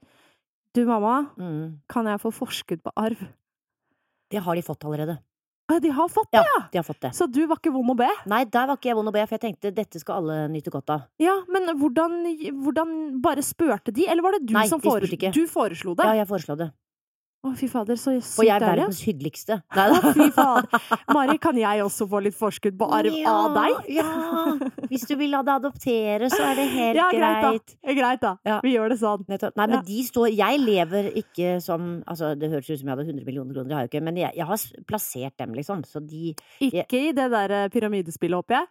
Du, mamma,
Mm.
kan jeg få forskudd på arv?
Det har de fått allerede.
Å, De har fått det,
Ja,
ja!
de har fått det.
Så du var ikke vond å be.
Nei, der var ikke jeg vond å be, for jeg tenkte dette skal alle nyte godt av.
Ja, Men hvordan, hvordan Bare spurte de, eller var det du
Nei,
som
de spurte
foreslo
ikke.
Du foreslo det?
Ja, jeg foreslår det.
Å, fy fader, så
Og jeg
sykt
er
deilig.
verdens hyggeligste.
Å, fy fader. Mari, kan jeg også få litt forskudd på arv av deg?
Ja. Hvis du vil la det adoptere, så er det helt
Ja, greit, da.
greit.
Eh, Greit, da.
Ja.
Vi gjør det sånn.
Nettopp. Nei, men
Ja.
de står Jeg lever ikke som Altså, det høres ut som jeg hadde 100 millioner kroner, det har jeg jo ikke, men jeg, jeg har s- plassert dem, liksom, så de
Ikke i det der eh, pyramidespillet, håper jeg?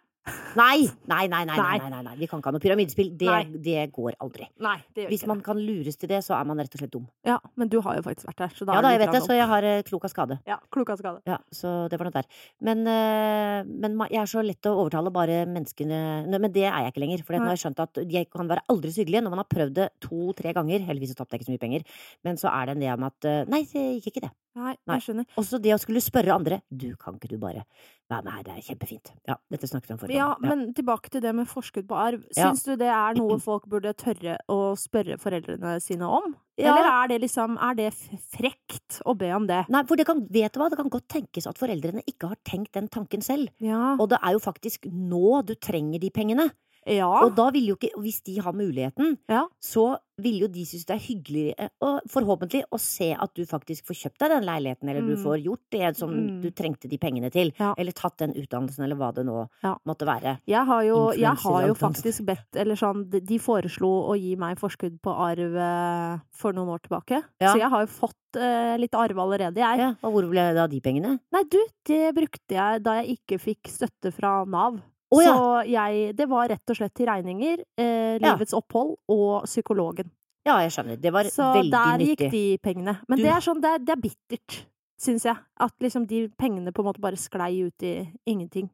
Nei! Nei, nei, nei, nei,
Nei.
nei, nei, nei. vi kan ikke ha noe pyramidespill.
Nei.
Det, det går aldri.
Nei, det gjør
Hvis man kan lures til det, så er man rett og slett dum.
Ja, men du har jo faktisk vært der, så da
Ja
er
da, jeg
litt
vet det,
random.
så jeg har eh, klok av skade.
Ja, klok av skade.
Ja, så det var noe der. Men, eh, men ma- jeg er så lett å overtale bare menneskene Nei, Men det er jeg ikke lenger. For nå
Nei.
har jeg skjønt at jeg kan være aldri så hyggelig når man har prøvd det to-tre ganger. Heldigvis så tapte jeg ikke så mye penger. Men så er det en det med at eh, Nei, det gikk ikke det.
Nei,
Nei.
jeg skjønner.
Også det å skulle spørre andre Du, kan ikke du bare Nei, nei, det er kjempefint. Ja, dette snakket vi om forrige
Ja,
gang.
men tilbake til det med forskudd på arv.
Ja.
Syns du det er noe folk burde tørre å spørre foreldrene sine om?
Ja.
Eller er det liksom Er det f- frekt å be om det?
Nei, for det kan, vet du hva, det kan godt tenkes at foreldrene ikke har tenkt den tanken selv.
Ja.
Og det er jo faktisk nå du trenger de pengene.
ja.
Og da vil jo ikke, hvis de har muligheten,
Ah. Ja.
så vil jo de synes det er hyggeligere, og forhåpentlig, å se at du faktisk får kjøpt deg den leiligheten, eller du
Mm.
får gjort det som
Mm.
du trengte de pengene til,
Ja.
eller tatt den utdannelsen, eller hva det nå
Ja.
måtte være.
Jeg har jo, jeg
Influencer
har jo
langt fram.
faktisk bedt Eller sånn, de- de foreslo å gi meg forskudd på arv eh, for noen år tilbake.
Ja.
Så jeg har jo fått eh, litt arv allerede, jeg.
Ja, og hvor ble det av de pengene?
Nei, du, det brukte jeg da jeg ikke fikk støtte fra Nav.
Å ja.
Så jeg Det var rett og slett til regninger, eh,
Ja.
livets opphold og psykologen.
Ja, jeg skjønner. Det var
Så
veldig
der
nyttig.
gikk de pengene. Men
Du-
det er sånn, det er, det er bittert, syns jeg. At liksom de pengene på en måte bare sklei ut i ingenting.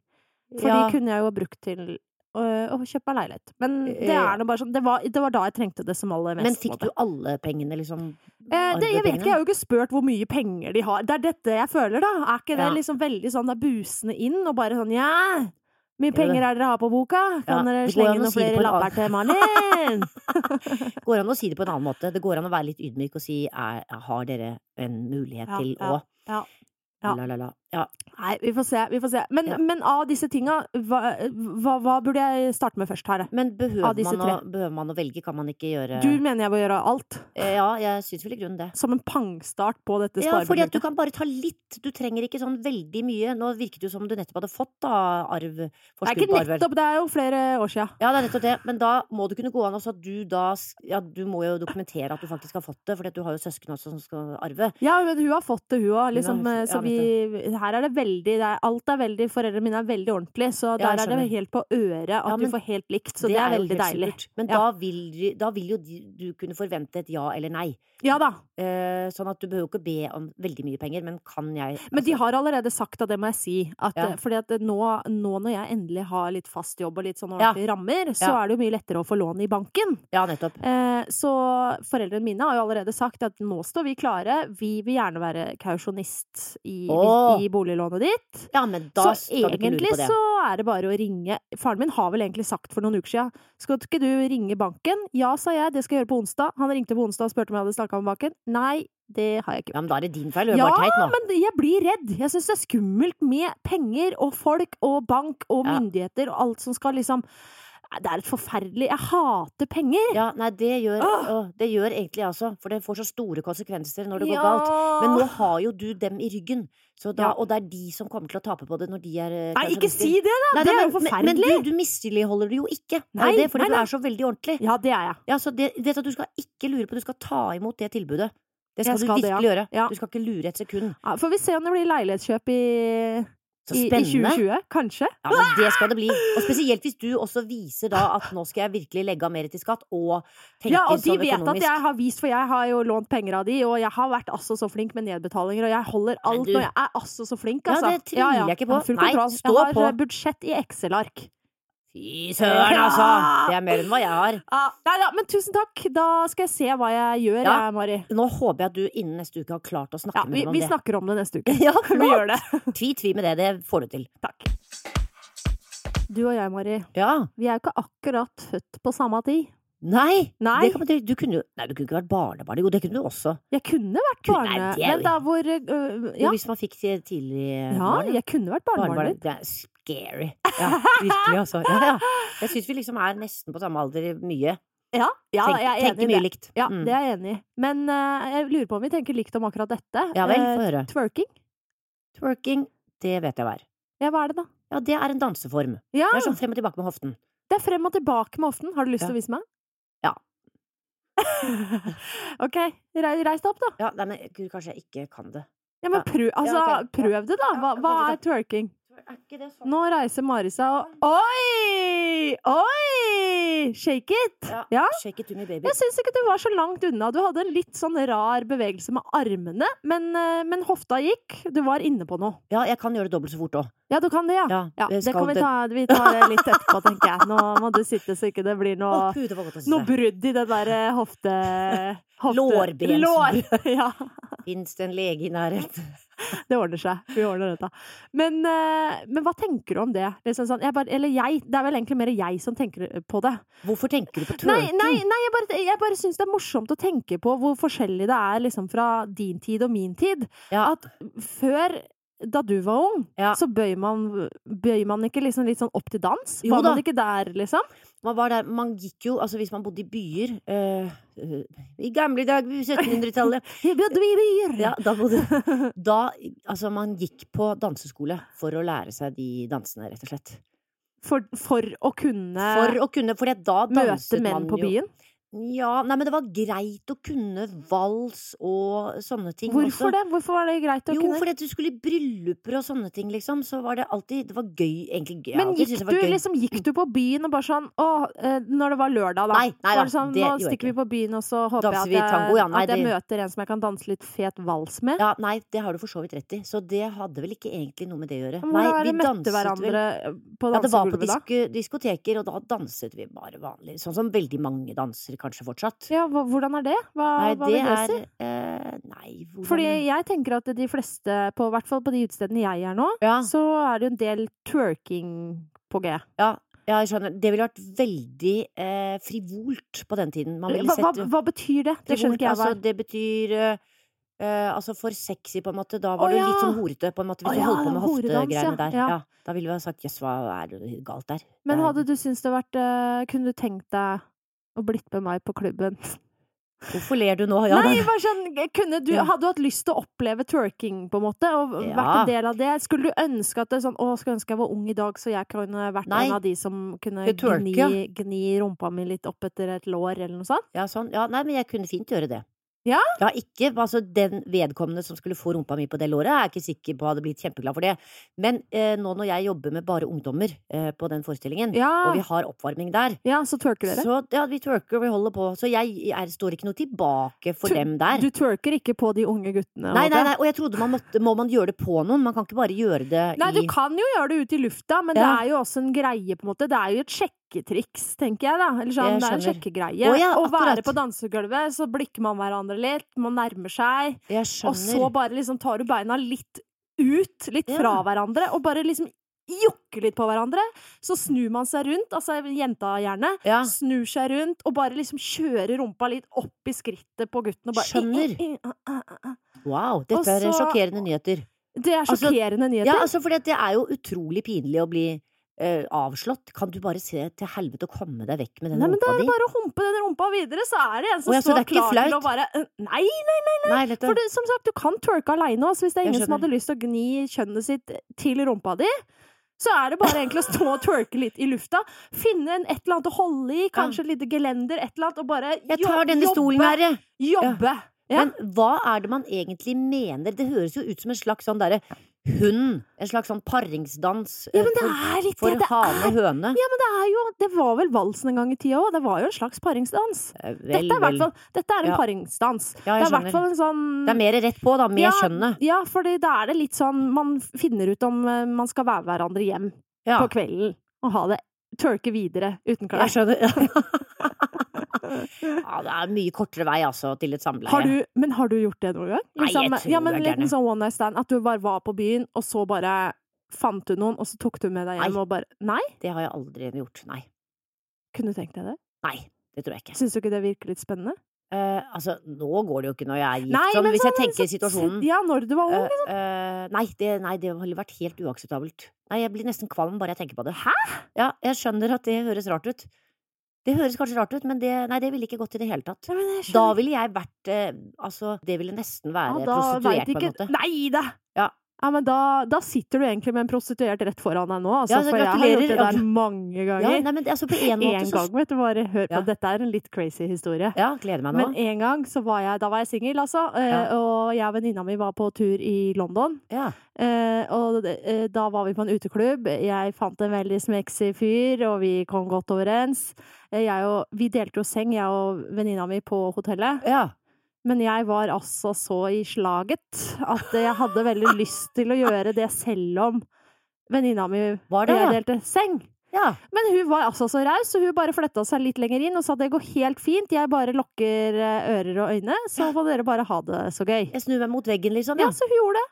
For
Ja.
de kunne jeg jo ha brukt til å, å kjøpe meg leilighet. Men det
Ja.
er nå bare sånn det var, det var da jeg trengte det som aller mest.
Eh. Men
på
fikk
en
du
måte.
alle pengene, liksom?
eh, det, Jeg vet ikke, jeg har jo ikke spurt hvor mye penger de har. Det er dette jeg føler, da. Er ikke det
Ja.
liksom veldig sånn det er busende inn og bare sånn ja mye
det.
penger er dere har på boka? Kan
Ja,
dere
det går an
slenge
å
noen
si
flere
det på en
lapper til Malin?
Det går an å si det på en annen måte. Det går an å være litt ydmyk og si er, har dere en mulighet
Ja,
til
ja,
å
ja, ja.
La, la, la. Ja.
Nei, vi får se. Vi får se. Men,
Ja.
men av disse tinga, hva, hva, hva burde jeg starte med først her?
Men
Av
behøver
disse
man, å, behøver man å velge? Kan man ikke gjøre
Du mener jeg må gjøre alt?
Eh, Ja, jeg syns vel i grunnen det.
Som en pangstart på dette
Ja, fordi at du
sparebudsjettet?
kan bare ta litt. Du trenger ikke sånn veldig mye. Nå virket det jo som du nettopp hadde fått da, arv.
det er
Forskudd
ikke
på arv.
nettopp, det er jo flere år sia.
Ja, det er nettopp det. Men da må det kunne gå an også at du da s- Ja, du må jo dokumentere at du faktisk har fått det, for du har jo søsken også som skal arve.
Ja, men hun har fått det, hun òg.
Hun
Liksom,
har- ja,
så
vet
vi Her er det veldig det er, Alt er veldig Foreldrene mine er veldig ordentlige, så
Ja,
der
jeg
er det
skjønner.
helt på øret at
Ja, men
du får helt likt. Så det, er,
jo
veldig
helt
deilig.
supert. Men
Ja.
da, vil, de- da vil jo de, du kunne forvente et ja eller nei.
Ja da.
Eh, sånn at du behøver ikke be om veldig mye penger, men kan jeg
Men de har allerede sagt, og det må jeg si, at
Altså- Ja.
eh, fordi at nå, nå når jeg endelig har litt fast jobb og litt sånne
Ja.
ordentlige rammer, så
Ja.
er det jo mye lettere å få lån i banken.
Ja, nettopp.
Eh, så foreldrene mine har jo allerede sagt at nå står vi klare, vi vil gjerne være kausjonist i,
Åh.
i boliglånet ditt.
Ja, men da
så
skal du ikke lure
egentlig
på det.
så er det bare å ringe Faren min har vel egentlig sagt for noen uker siden Skal ikke du ringe banken? Ja, sa jeg, det skal jeg gjøre på onsdag. Han ringte på onsdag og spurte om jeg hadde snakka med banken. Nei, det har jeg ikke.
Ja, men da er det din feil. Du er
Ja,
bare teit nå.
Men jeg blir redd. Jeg syns det er skummelt med penger og folk og bank og
Ja.
myndigheter og alt som skal liksom Nei, Det er et forferdelig Jeg hater penger!
Ja, nei, det gjør,
Åh!
åh, det gjør egentlig jeg også, for det får så store konsekvenser når det går
Ja.
galt. Men nå har jo du dem i ryggen, så da,
Ja.
og det er de som kommer til å tape på det når de er eh,
Nei, ikke
pensjonister.
si det, da!
Nei,
det er
nei,
jo
men-
forferdelig!
Men, men du, du misligholder det jo ikke. Det er
Nei,
jo det, fordi
nei, nei.
du er så veldig ordentlig.
Ja, det er jeg.
Ja, så det, det at Du skal ikke lure på, du skal ta imot det tilbudet. Det skal,
Jeg skal
du
det, ja.
virkelig gjøre.
Ja.
Du skal ikke lure et sekund.
Ja, Får vi se om det blir leilighetskjøp i,
Så
i, i
spennende.
2020? Kanskje?
Ja, men det skal det bli. Og spesielt hvis du også viser da at nå skal jeg virkelig legge av mer til skatt, og tenker
Ja, og de
sånn
vet
økonomisk.
at jeg har vist, for jeg har jo lånt penger av de, og jeg har vært altså så flink med nedbetalinger, og jeg holder
Men
alt
du-
når jeg er altså så flink,
Ja,
altså.
det tviler jeg ikke på.
har full
Nei,
kontroll.
stå
jeg har
på.
eh, budsjett i Excel-ark.
Fy søren, altså! Det er mer enn hva jeg har.
Ja, nei da, men tusen takk. Da skal jeg se hva jeg gjør,
Ah. Ja.
jeg, Mari.
Nå håper jeg at du innen neste uke har klart å snakke
Ja, vi,
med dem om
vi
det.
snakker om det neste uke.
Ja,
Vi gjør det.
Tvi, tvi med det. Det får du til.
Takk. Du og jeg, Mari,
Ja.
vi er jo ikke akkurat født på samme tid.
Nei!
Nei.
Det kan man, du kunne jo Nei, du kunne ikke vært barnebarn. Jo, det kunne du også.
Jeg kunne vært
Kunne-
barne...
Nei, det er jo-
Men da hvor øh,
Jo,
ja.
Hvis man fikk det tidlig eh,
ja,
barn,
jeg kunne vært barnebarnet ditt.
Det er scary. Ja, virkelig, altså. Ja, ja. Jeg syns vi liksom er nesten på samme alder i mye.
Ja, ja
Tenk,
jeg er enig.
tenker
i
mye
det.
likt.
Ja,
Mm.
det er jeg enig i. Men eh, jeg lurer på om vi tenker likt om akkurat dette.
ja vel,
Eh,
få høre.
twerking?
Twerking, det vet jeg hva er.
Ja, hva er det, da?
Ja, det er en danseform.
Ja,
Det er sånn frem og tilbake med hoften.
det er frem og tilbake med hoften. Har du lyst
Ja.
til å vise meg?
Ja.
ok, rei- reis deg opp, da.
Ja, nei, men gud, kanskje jeg ikke kan det.
Ja, men
Ja.
prøv, altså,
Ja, ok.
prøv det, da.
Ja,
Hva,
kanskje
hva
det.
er twerking?
Er ikke det sånn?
Nå reiser Mari seg og Oi! Oi! Shake it!
Ja.
Ja.
Shake it to me, baby.
Jeg syns ikke du var så langt unna. Du hadde en litt sånn rar bevegelse med armene, men, eh, men hofta gikk. Du var inne på noe.
Ja, jeg kan gjøre det dobbelt så fort òg.
Ja, du kan det, ja.
Ja,
Ah, Ja,
jeg
det
skal
kan vi
til-
ta vi tar det litt etterpå, tenker jeg. Nå må du sitte så ikke det blir
Å,
noe,
puh, det var godt å
noe
si.
brudd i det der eh, hofte... hofte
Lårbensbrudd.
Lår! Ja,
Fins det en lege i nærheten?
det ordner seg. Vi ordner dette. Men, eh, men hva tenker du om det? Liksom sånn, jeg bare, eller jeg, det er vel egentlig mer jeg som tenker på det.
Hvorfor tenker du på
Nei,
twerking?
nei, nei jeg bare, jeg bare syns det er morsomt å tenke på hvor forskjellig det er liksom fra din tid og min tid.
Ja.
At før, da du var ung,
Ja.
så bøy man, bøy man ikke liksom litt sånn opp til dans?
Jo
var
da.
man ikke der, liksom?
Man var der, man gikk jo, altså hvis man bodde i byer eh, eh, I gamle dager, på 1700-tallet
Vi bodde i byer!
Ja, da bodde Da, altså man gikk på danseskole for å lære seg de dansene, rett og slett.
For, for å kunne
For å kunne, for da
møte
danset man
menn på
jo
byen?
Ja, nei, men det var greit å kunne vals og sånne ting
Hvorfor
også.
det? Hvorfor var det greit å
Jo,
kunne
fordi at du skulle i brylluper og sånne ting, liksom, så var det alltid Det var gøy, egentlig gøy. Jeg
Men
alltid
gikk
syntes det
du,
var gøy.
liksom, gikk du på byen og bare sånn Å, eh, når det var lørdag, da.
Nei, nei
var
da,
det sånn,
det
nå
gjorde jeg
stikker vi
ikke.
på byen, og så håper
Danser vi
jeg at jeg,
tango, ja, nei,
at jeg
det-
møter en som jeg kan danse litt fet vals med.
Ja, nei, det har du for så vidt rett i, så det hadde vel ikke egentlig noe med det å gjøre.
Men
Nei,
Hvordan var det
vi
møtte
danset vel
hverandre eh, på
Ja, det var på
dansegulvet da?
disko diskoteker, og da danset vi bare vanlig. Sånn som veldig mange danser kanskje fortsatt.
Ja, hva- hvordan er det? Hva,
Nei,
hva
det
vil det
er
si?
eh, Nei, hvordan
Fordi jeg tenker at de fleste, på, i hvert fall på de utestedene jeg er nå,
ja,
så er det jo en del twerking på G.
ja, ja, jeg skjønner. Det ville vært veldig eh, frivolt på den tiden. Man ville
Eh, Hva, hva,
sett
hva betyr det? Det skjønner
frivolt,
ikke jeg hva
altså,
er.
det betyr eh, eh, altså for sexy, på en måte. Da var
Å,
du
ja.
litt sånn horete, på en måte,
Å,
hvis
ja,
du holdt på med
horedans, ja.
hoftegreiene der.
Ja.
Ja. Da ville vi ha sagt jøss, hva er det galt der?
Men
Det er-
hadde du syntes det vært eh, Kunne du tenkt deg å blitt med meg på klubben?
Hvorfor ler du nå? Ja,
Nei,
det-
bare sånn kunne du,
Ja.
Hadde du hatt lyst til å oppleve twerking, på en måte? Og
Ja.
vært en del av det? Skulle du ønske at det er sånn Å, skulle ønske jeg var ung i dag, så jeg kunne vært
Nei.
en av de som kunne
Kunne twerke,
gni,
ja.
gni rumpa mi litt opp etter et lår, eller noe sånt?
Ja, sånn. Ja, nei, men jeg kunne fint gjøre det.
Ja?
Ja, ikke altså den vedkommende som skulle få rumpa mi på det låret, er jeg ikke sikker på hadde blitt kjempeglad for det. Men eh, nå når jeg jobber med bare ungdommer eh, på den forestillingen, og
Ja,
vi har oppvarming der,
ja så twerker dere?
så ja, vi twerker, vi holder på. Så jeg er, står ikke noe tilbake for
Tu-
dem der.
Du twerker ikke på de unge guttene?
Nei,
Oda?
nei, nei, og jeg trodde man måtte Må man gjøre det på noen? Man kan ikke bare gjøre det
Nei, du
i
kan jo gjøre det ut i lufta, men det
Ja.
er jo også en greie, på en måte. Det er jo et sjekketriks, tenker jeg, da. Eller sånn,
Jeg
det er en
skjønner.
sjekkegreie.
Å ja,
Å være
akkurat.
på dansegulvet, så blikker man hverandre litt, man nærmer seg,
Jeg
og så
skjønner.
bare liksom tar du beina litt ut, litt fra
Ja.
hverandre, og bare liksom jokker litt på hverandre. Så snur man seg rundt, altså jenta gjerne,
Ja,
snur seg rundt og bare liksom kjører rumpa litt opp i skrittet på gutten og bare
Skjønner.
I, i, i, i, i, i.
wow. Dette
Og
er
så-
sjokkerende nyheter.
Det er
Altså,
sjokkerende nyheter.
Ja, altså, for det er jo utrolig pinlig å bli eh, avslått. Kan du bare se til helvete og komme deg vekk med den
Nei, men det
rumpa
er
di?
bare å humpe den rumpa videre, så er det en som
Å, ja, så
står
det er ikke
klar til å
flaut?
bare eh, Nei!
Nei, dette-
For du, som sagt, du kan twerke aleine òg, så hvis det er
Jeg
ingen som
skjønner.
hadde lyst til å gni kjønnet sitt til rumpa di, så er det bare egentlig å stå og twerke litt i lufta. Finne en, et eller annet å holde i, kanskje et lite gelender, et eller annet, og bare
jeg
jo-
tar denne stolen her, jeg.
Jobbe! Ja.
Men hva er det man egentlig mener? Det høres jo ut som en slags sånn derre hund. En slags sånn paringsdans eh,
Ja, men det
for,
er litt det.
for
Det
hane og høne.
Ja, men det er jo Det var vel valsen en gang i tida òg. Det var jo en slags paringsdans.
Eh, vel,
Dette er, i hvert
vel.
fall- dette er en
Ja.
paringsdans. Det er i
Ja, jeg
hvert fall
skjønner.
en sånn
Det er mer rett på, da, med skjønnet.
Ja, for da er det litt sånn Man finner ut om eh, man skal være hverandre hjem
Ja,
på kvelden og ha det tørke videre uten
jeg
klær.
skjønner. ja, det er mye kortere vei, altså, til et samleie.
Har du, men har du gjort det noen gang? Liksom,
Nei, jeg tror
ja, men
jeg
en
er
liten
gæren.
sånn one night stand. At du bare var på byen, og så bare fant du noen, og så tok du med deg hjem
Nei.
og bare Nei?
Det har jeg aldri gjort. Nei.
Kunne du tenkt deg det?
Nei, det tror jeg ikke.
Syns du ikke det virker litt spennende?
Eh, altså, nå går det jo ikke når jeg er gift,
Nei,
sånn,
men
hvis jeg
sånn-
tenker
sånn-
situasjonen.
Ja, når du var ung.
Eh, eh, nei, det, nei, det ville vært helt uakseptabelt. Nei, jeg blir nesten kvalm bare jeg tenker på det. Hæ? Ja, jeg skjønner at det høres rart ut. Det høres kanskje rart ut, men det, nei, det ville ikke gått i det hele tatt.
Ja, men jeg
Da
skjønner
ville jeg vært eh, Altså, det ville nesten være
Ja, da vet
prostituert, på en
ikke-
måte.
Nei da!
Ja.
men da, da sitter du egentlig med en prostituert rett foran deg nå, altså,
Ja, så
for jeg har gjort det
gratulerer.
der mange
Ja,
ganger.
nei, men det- altså, på en måte
en
så
gang, vet du, bare hør på.
Ja.
Dette er en litt crazy historie.
Ja, gleder meg nå.
Men en gang så var jeg Da var jeg singel, altså. eh,
Ja.
Og jeg og venninna mi var på tur i London.
ja.
Eh, og eh, da var vi på en uteklubb. Jeg fant en veldig smeksy fyr, og vi kom godt overens. Eh, Jeg og, vi delte jo seng, jeg og venninna mi, på hotellet.
ja.
Men jeg var altså så i slaget at jeg hadde veldig lyst til å gjøre det selv om venninna mi og
Var det
jeg
det?
delte seng.
Ja.
Men hun var altså så raus, så hun bare flytta seg litt lenger inn og sa det går helt fint, jeg bare lukker eh, ører og øyne, så må dere bare ha det så gøy.
Jeg snur meg mot veggen, liksom.
Ja,
Ja.
så hun gjorde det.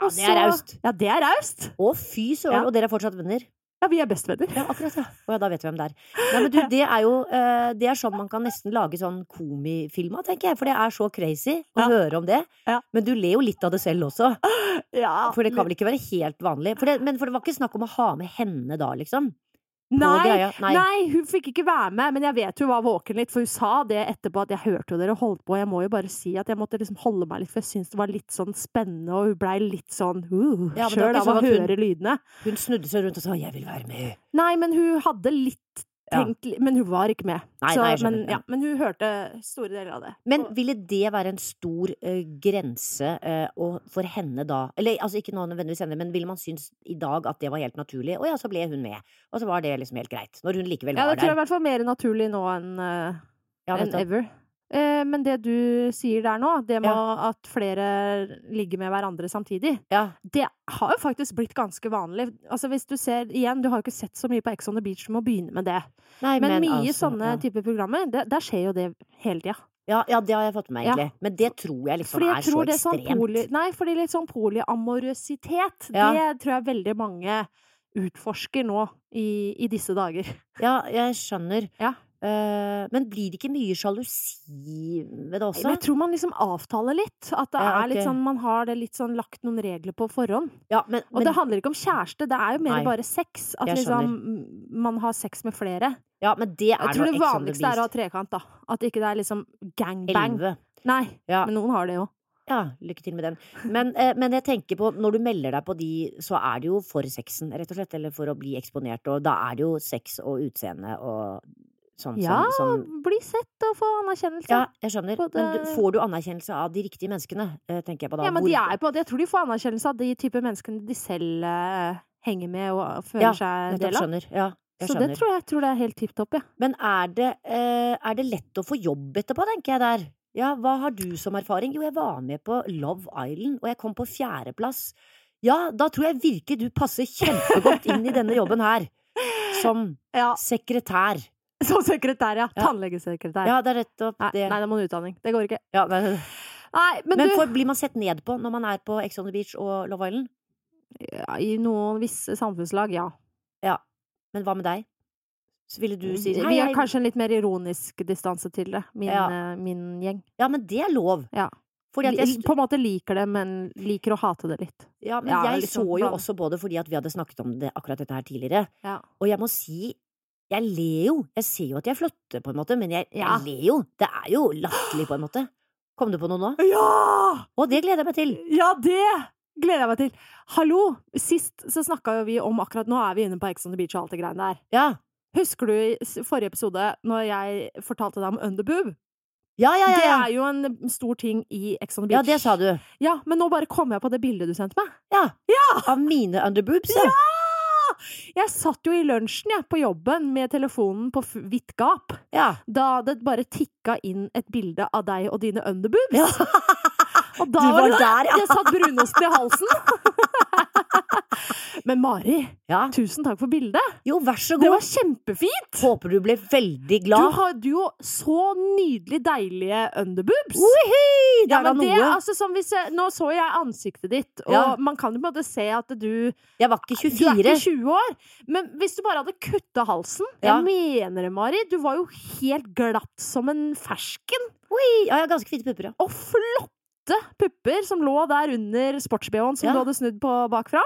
Ja,
og
det er
så-
raust.
Ja, det er raust.
Å, fy søren.
Ja.
Og dere er fortsatt venner?
Ja, vi er bestevenner.
Ja, akkurat, ja. Å ja, da vet vi hvem det er. Nei, men du, det er jo eh, Det er sånn man kan nesten lage sånn komifilm av, tenker jeg. For det er så crazy å
Ja.
høre om det.
Ja.
Men du ler jo litt av det selv også.
Ja.
For det kan vel ikke være helt vanlig. For det, men for det var ikke snakk om å ha med henne da, liksom. på
Nei,
greia.
nei. hun fikk ikke være med, men jeg vet hun var våken litt, for hun sa det etterpå at jeg hørte jo dere holdt på, og jeg må jo bare si at jeg måtte liksom holde meg litt, for jeg syntes det var litt sånn spennende, og hun blei litt sånn uh,
Ja, men det var
sjøl
ikke
av å
sånn at hun-
høre lydene.
Hun snudde seg rundt og sa 'jeg vil være med'.
Nei, men hun hadde litt
Ja.
tenkt li- Men hun var ikke med.
Nei,
Så,
nei, jeg skjønner.
men, ja, men hun hørte store deler av det.
Men
Og-
ville det være en stor eh, grense eh, å- for henne da? Eller altså ikke nå nødvendigvis henne, men ville man synes i dag at det var helt naturlig? Å ja, så ble hun med. Og så var det liksom helt greit. Når hun likevel
ja,
var
det tror jeg
der.
i hvert fall mer naturlig nå enn eh,
Ja,
enn
nettopp.
ever. Eh, Men det du sier der nå, det med at flere ligger med hverandre samtidig,
ja.
det har jo faktisk blitt ganske vanlig. Altså hvis Du ser, igjen, du har jo ikke sett så mye på Ex on the Beach, du må begynne med det.
Nei,
Men, mye
altså,
sånne
ja.
typer programmer, det, der skjer jo det hele tida.
Ja, ja, det har jeg fått med meg,
Ja.
egentlig. Men det tror jeg liksom
Fordi jeg
er så
tror det er sånn
ekstremt.
poli, nei, fordi litt sånn polyamorøsitet,
Ja.
det tror jeg veldig mange utforsker nå i, i disse dager.
Ja, jeg skjønner.
Ja.
Eh, men blir det ikke mye sjalusi ved det også?
Men jeg tror man liksom avtaler litt. At det
Ja,
er litt
ok.
sånn, man har det litt sånn lagt noen regler på forhånd.
ja, men,
Og
men,
det handler ikke om kjæreste, det er jo mer
Nei.
bare sex. At
Jeg
liksom man har sex med flere.
ja, men det er
Jeg tror
noe
det
Ex on the
vanligste er å ha
Beast.
trekant, da. At ikke det er liksom gangbang.
Elleve.
Nei,
Ja.
men noen har det jo.
ja, lykke til med den. Men, eh, men jeg tenker på, når du melder deg på de, så er det jo for sexen, rett og slett. Eller for å bli eksponert. Og da er det jo sex og utseende og sånn.
Ja,
sånn, sånn.
Bli sett og få anerkjennelse. Ja,
ja jeg skjønner.
Både-
Men du, får du anerkjennelse av de riktige menneskene, eh, tenker jeg på da?
men
Hvor-
de er på en måte Jeg tror de får anerkjennelse av de type menneskene de selv eh, henger med og føler
Ja,
seg en
Nettopp,
del av.
skjønner. Ja, jeg
Så
skjønner.
det tror jeg, jeg tror det er helt tipp topp, ja.
Men er det, eh, er det lett å få jobb etterpå, tenker jeg der. Ja, hva har du som erfaring? Jo, jeg var med på Love Island, og jeg kom på fjerdeplass. Ja, da tror jeg virkelig du passer kjempegodt inn i denne jobben her. Som
ja.
sekretær.
Som sekretær, ja.
Ja.
Tannlegesekretær.
Ja, det er rett opp
Nei,
det.
nei, det må en utdanning. Det går ikke.
Ja, nei, nei.
Nei, men,
Men
du
for, blir man sett ned på når man er på Ex on the Beach og Love Island?
ja, I noen visse samfunnslag, ja.
Men hva med deg? Så ville du si
Vi
hei,
har
hei.
kanskje en litt mer ironisk distanse til det, min,
Ja.
eh, min gjeng.
Ja, men det er lov.
Ja.
Fordi at jeg,
På en måte liker det, men liker å hate det litt.
ja, men
Ja,
jeg
liksom,
så jo
bra.
også både fordi at vi hadde snakket om det, akkurat dette her tidligere.
Ja.
Og jeg må si, jeg ler jo. Jeg ser jo at jeg flytter, på en måte, men jeg,
Ja.
jeg ler jo. Det er jo latterlig, på en måte. Kom du på noe nå?
Ja!
Å, det gleder jeg meg til!
det gleder jeg meg til! Hallo! Sist så snakka jo vi om akkurat Nå er vi inne på Ex on the Beach og alt det greiene der.
Ja,
Husker du i s- forrige episode når jeg fortalte deg om underboob?
ja, ja. Ja,
Det
ja.
er jo en stor ting i Ex on the
ja
Beach.
det sa du.
Ja, men nå bare kom jeg på det bildet du sendte meg.
Ja. Av mine underboobs, ja.
Jeg satt jo i lunsjen jeg, på jobben med telefonen på f- vidt gap
ja.
da det bare tikka inn et bilde av deg og dine underboobs.
Ja.
Og
Du
da var
var
det
der, ja.
Jeg satt brunosten i halsen. Men Mari,
ja.
tusen takk for bildet.
Jo, vær så
Det
god.
var kjempefint!
Håper du ble veldig
Du
glad.
hadde jo så nydelig deilige underboobs.
Wihi! Det
Ja,
er da
men det,
noe.
altså, som hvis jeg, nå så jeg ansiktet ditt, og
Ja.
man kan jo på en måte se at du
Jeg var ikke
Du er
24.
ikke 20 år, men hvis du bare hadde kutta halsen
Ja.
Jeg mener det, Mari. Du var jo helt glatt som en fersken.
Ja, jeg har ganske fine pupper, ja.
Og flotte pupper som lå der under sports-BH-en som
Ja.
du hadde snudd på bak fram.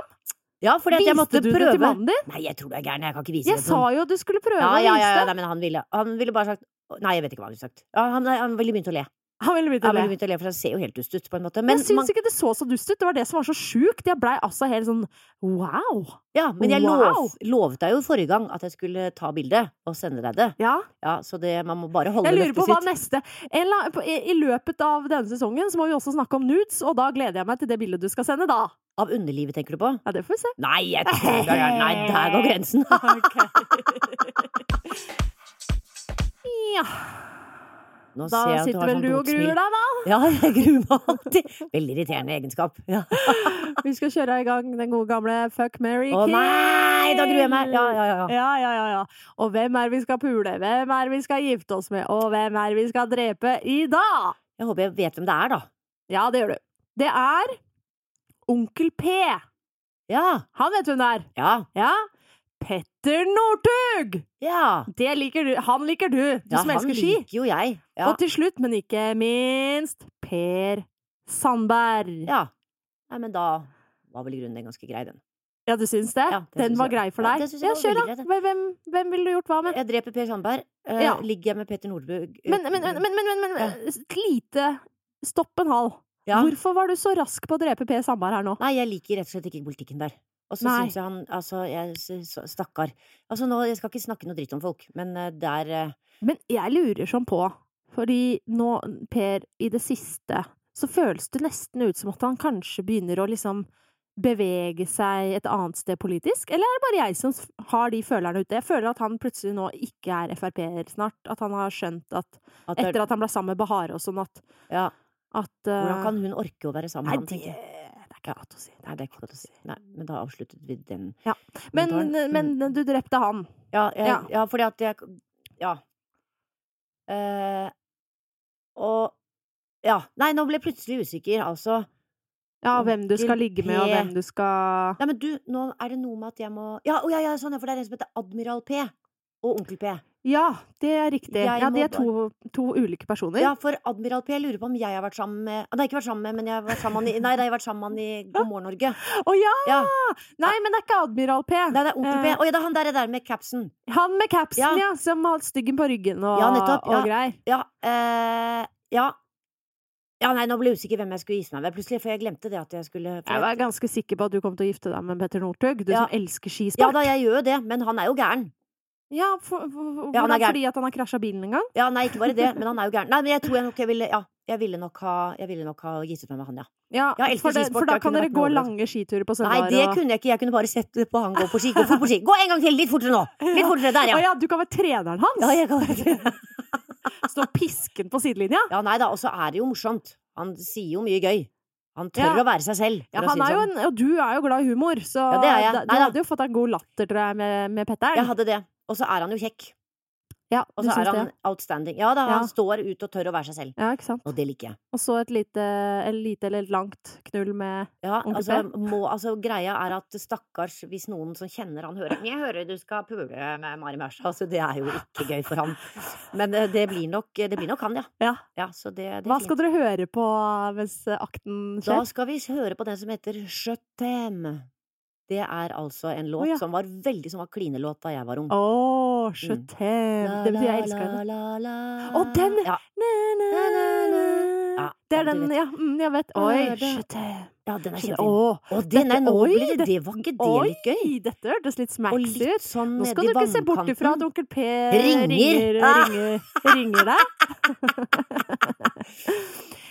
Ja, fordi at jeg måtte
Viste du det til
prøve.
mannen din?
Nei, jeg tror du er gæren. Jeg kan ikke vise
Jeg
det til
sa
noen.
jo at du skulle prøve
Ja,
å
ja,
vise
ja, ja,
det.
nei, men han ville Han ville bare sagt Nei, jeg vet ikke hva han ville sagt. Ja, han, han ville begynt å le.
Han ville vite
Han
det.
ville begynt å le, For han ser jo helt dust ut, på en måte.
Men
Men,
jeg syns
man,
ikke det så så dust ut. Det var det som var så sjukt. Jeg blei altså helt sånn wow.
ja, men jeg lov,
Wow.
lovet deg jo forrige gang at jeg skulle ta bilde og sende deg det.
Ja.
Ja, Så det, man må bare holde
Jeg lurer på
løftet
hva
sitt.
neste en la- på- I i løpet av denne sesongen så må vi også snakke om nudes, og da gleder jeg meg til det bildet du skal sende, da.
Av underlivet, tenker du på?
Ja, det får vi se.
Nei, jeg tror du er gæren. Nei, der går grensen.
Ja.
Nå
Da
ser jeg at
sitter
har
vel
sånn
du og
dumt smil.
gruer deg, da.
Ja, jeg gruer meg alltid. Veldig irriterende egenskap. Ja.
Vi skal kjøre i gang den gode gamle fuck, marry,
Å
kill.
nei, da gruer jeg meg. Ja, ja, ja.
Ja, ja, ja, ja. Og hvem er vi skal pule? Hvem er vi skal gifte oss med? Og hvem er vi skal drepe i dag?
Jeg håper jeg vet hvem det er, da.
Ja, det gjør du. Det er Onkel P.
Ja,
Han vet hvem det er.
ja,
Ja. Petter Northug!
ja.
Det liker du. Han liker du, du
ja
som elsker ski.
liker jo jeg. Ja.
Og til slutt, men ikke minst, Per Sandberg.
ja. Nei, men da var vel i grunnen den ganske grei, den.
Ja, du syns det?
Ja, det
Den
syns
var
jeg.
grei for
Ja,
deg?
det syns jeg
Ja,
var
kjør,
veldig
da.
greit,
Hvem, hvem ville du gjort hva med?
Jeg dreper Per Sandberg. Eh,
Ja.
Ligger jeg med Petter eh, Nordbug?
Men, men, men, men, men, men
Ja.
et lite stopp en hal.
ja.
Hvorfor var du så rask på å drepe Per Sandberg her nå?
Nei, jeg liker rett og slett ikke politikken der. Og så
Nei.
syns jeg han Altså, jeg, s- s- stakkar. Altså, nå, jeg skal ikke snakke noe dritt om folk, men eh, der eh,
Men jeg lurer sånn på, fordi nå, Per, i det siste, så føles det nesten ut som at han kanskje begynner å liksom bevege seg et annet sted politisk, eller er det bare jeg som s- har de følerne ute? Jeg føler at han plutselig nå ikke er Frp-er snart, at han har skjønt at
at det er-
etter at han ble sammen med Bahare og sånn, at,
ja,
at eh,
Hvordan kan hun orke å være sammen
Nei,
med ham,
det,
tenker jeg.
det er ikke godt å si.
Nei, det er ikke godt å si. Nei, men da avsluttet vi den.
Ja. Men, eh,
kommentaren. Mm.
men du drepte han.
Ja, jeg, ja.
Ja.
fordi at jeg Ja. Eh, og Ja. Nei, nå ble jeg plutselig usikker, altså.
Ja, hvem du skal
Onkel
ligge med, og
P.
hvem du skal
Nei, men du, nå er det noe med at jeg må Ja, å, ja, ja, sånn, ja, for det er en som heter Admiral P. Og Onkel P.
Ja, det er riktig.
Jeg
Ja,
må
de er
bare-
to, to ulike personer.
Ja, for Admiral P jeg lurer på om jeg har vært sammen med Nei, ikke vært sammen med, men jeg har vært sammen med han i Nei, da har jeg vært sammen med han i God morgen, Norge.
Å ja!
Ja.
Nei, men det er ikke Admiral P.
Nei, det er Onkel P.
Eh.
Å ja, det er han der, der med capsen.
Han med capsen, ja.
Ja.
som har hatt styggen på ryggen og,
Ja, nettopp, ja.
og greier.
Ja, eh, ja. Ja, nei, nå ble jeg usikker hvem jeg skulle gifte meg med plutselig, for jeg glemte det at jeg skulle for
Jeg var ganske sikker på at du kom til å gifte deg med Petter Northug, du
Ja.
som elsker
Ja
skisport.
da, jeg gjør jo det, men han er jo gæren.
Ja, for, for, for,
Ja, han er
hvordan?
gæren.
fordi at han har krasja bilen en gang?
Ja, nei, ikke bare det, men han er jo gæren. Nei, men jeg tror jeg nok jeg ville Ja, jeg ville nok ha, jeg ville nok ha giftet meg med han, ja.
Ja,
Ja, jeg elsker
for, det,
skisport,
for da
jeg
kan
kunne
dere
vært med
gå
overalt.
lange skiturer på
Nei,
søndager.
det
og-
kunne jeg ikke. Jeg kunne bare sett på han gå på ski. Gå fort på ski. Gå en gang til! Litt fortere nå! Litt fortere. Der,
Å
ja.
ja, du kan være treneren hans!
Ja, jeg kan
Stå pisken på sidelinja!
Ja, nei da, og så er det jo morsomt. Han sier jo mye gøy. Han tør
Ja.
å være seg selv.
Ja,
for å
han
si det
er jo
sånn.
en, og du er jo glad i humor, så
Ja, det er jeg.
da- du
Nei da.
hadde jo fått deg en god latter, tror jeg, med, med Petter.
Jeg hadde det. Og så er han jo kjekk.
Ja,
Og
du
så
syns
er han
det.
outstanding. Ja da,
Ja.
han står ut og tør å være seg selv.
Ja, ikke sant.
Og det liker jeg.
Og så et lite, eller lite eller et langt knull med
Ja,
Onkel
altså, må, altså, greia er at stakkars hvis noen som kjenner han hører Jeg hører du skal pule med Mari Mærsha, så det er jo ikke gøy for han. Men eh, det blir nok, det blir nok han, ja.
Ja.
ja så det, det er
Hva
fint.
skal dere høre på mens akten
Da
skjer?
skal vi høre på den som heter Je t'aime. Det er altså en låt
Å, ja.
som var veldig som var klinelåt da jeg var ung.
Å,
Mm.
je t'aime. Det betyr jeg elsker henne.
henne.
Å, den!
Ja,
Na, na, na, na.
Ja,
Det er
ja, du
den,
vet.
ja. Mm, jeg vet. Oi,
Ja, det-
je t'aime.
ja den er
Je t'aime.
kjempefin.
Å,
Og det, nei,
dette-
nå
oi,
ble det,
dette-
det var ikke det
oi,
litt gøy?
dette hørtes litt
Og
smacks ut.
litt sånn
Nå skal
nedi
du ikke se bort ifra at
vannkanten.
onkel P
Ringer.
ringer,
Ah.
ringer, ringer deg.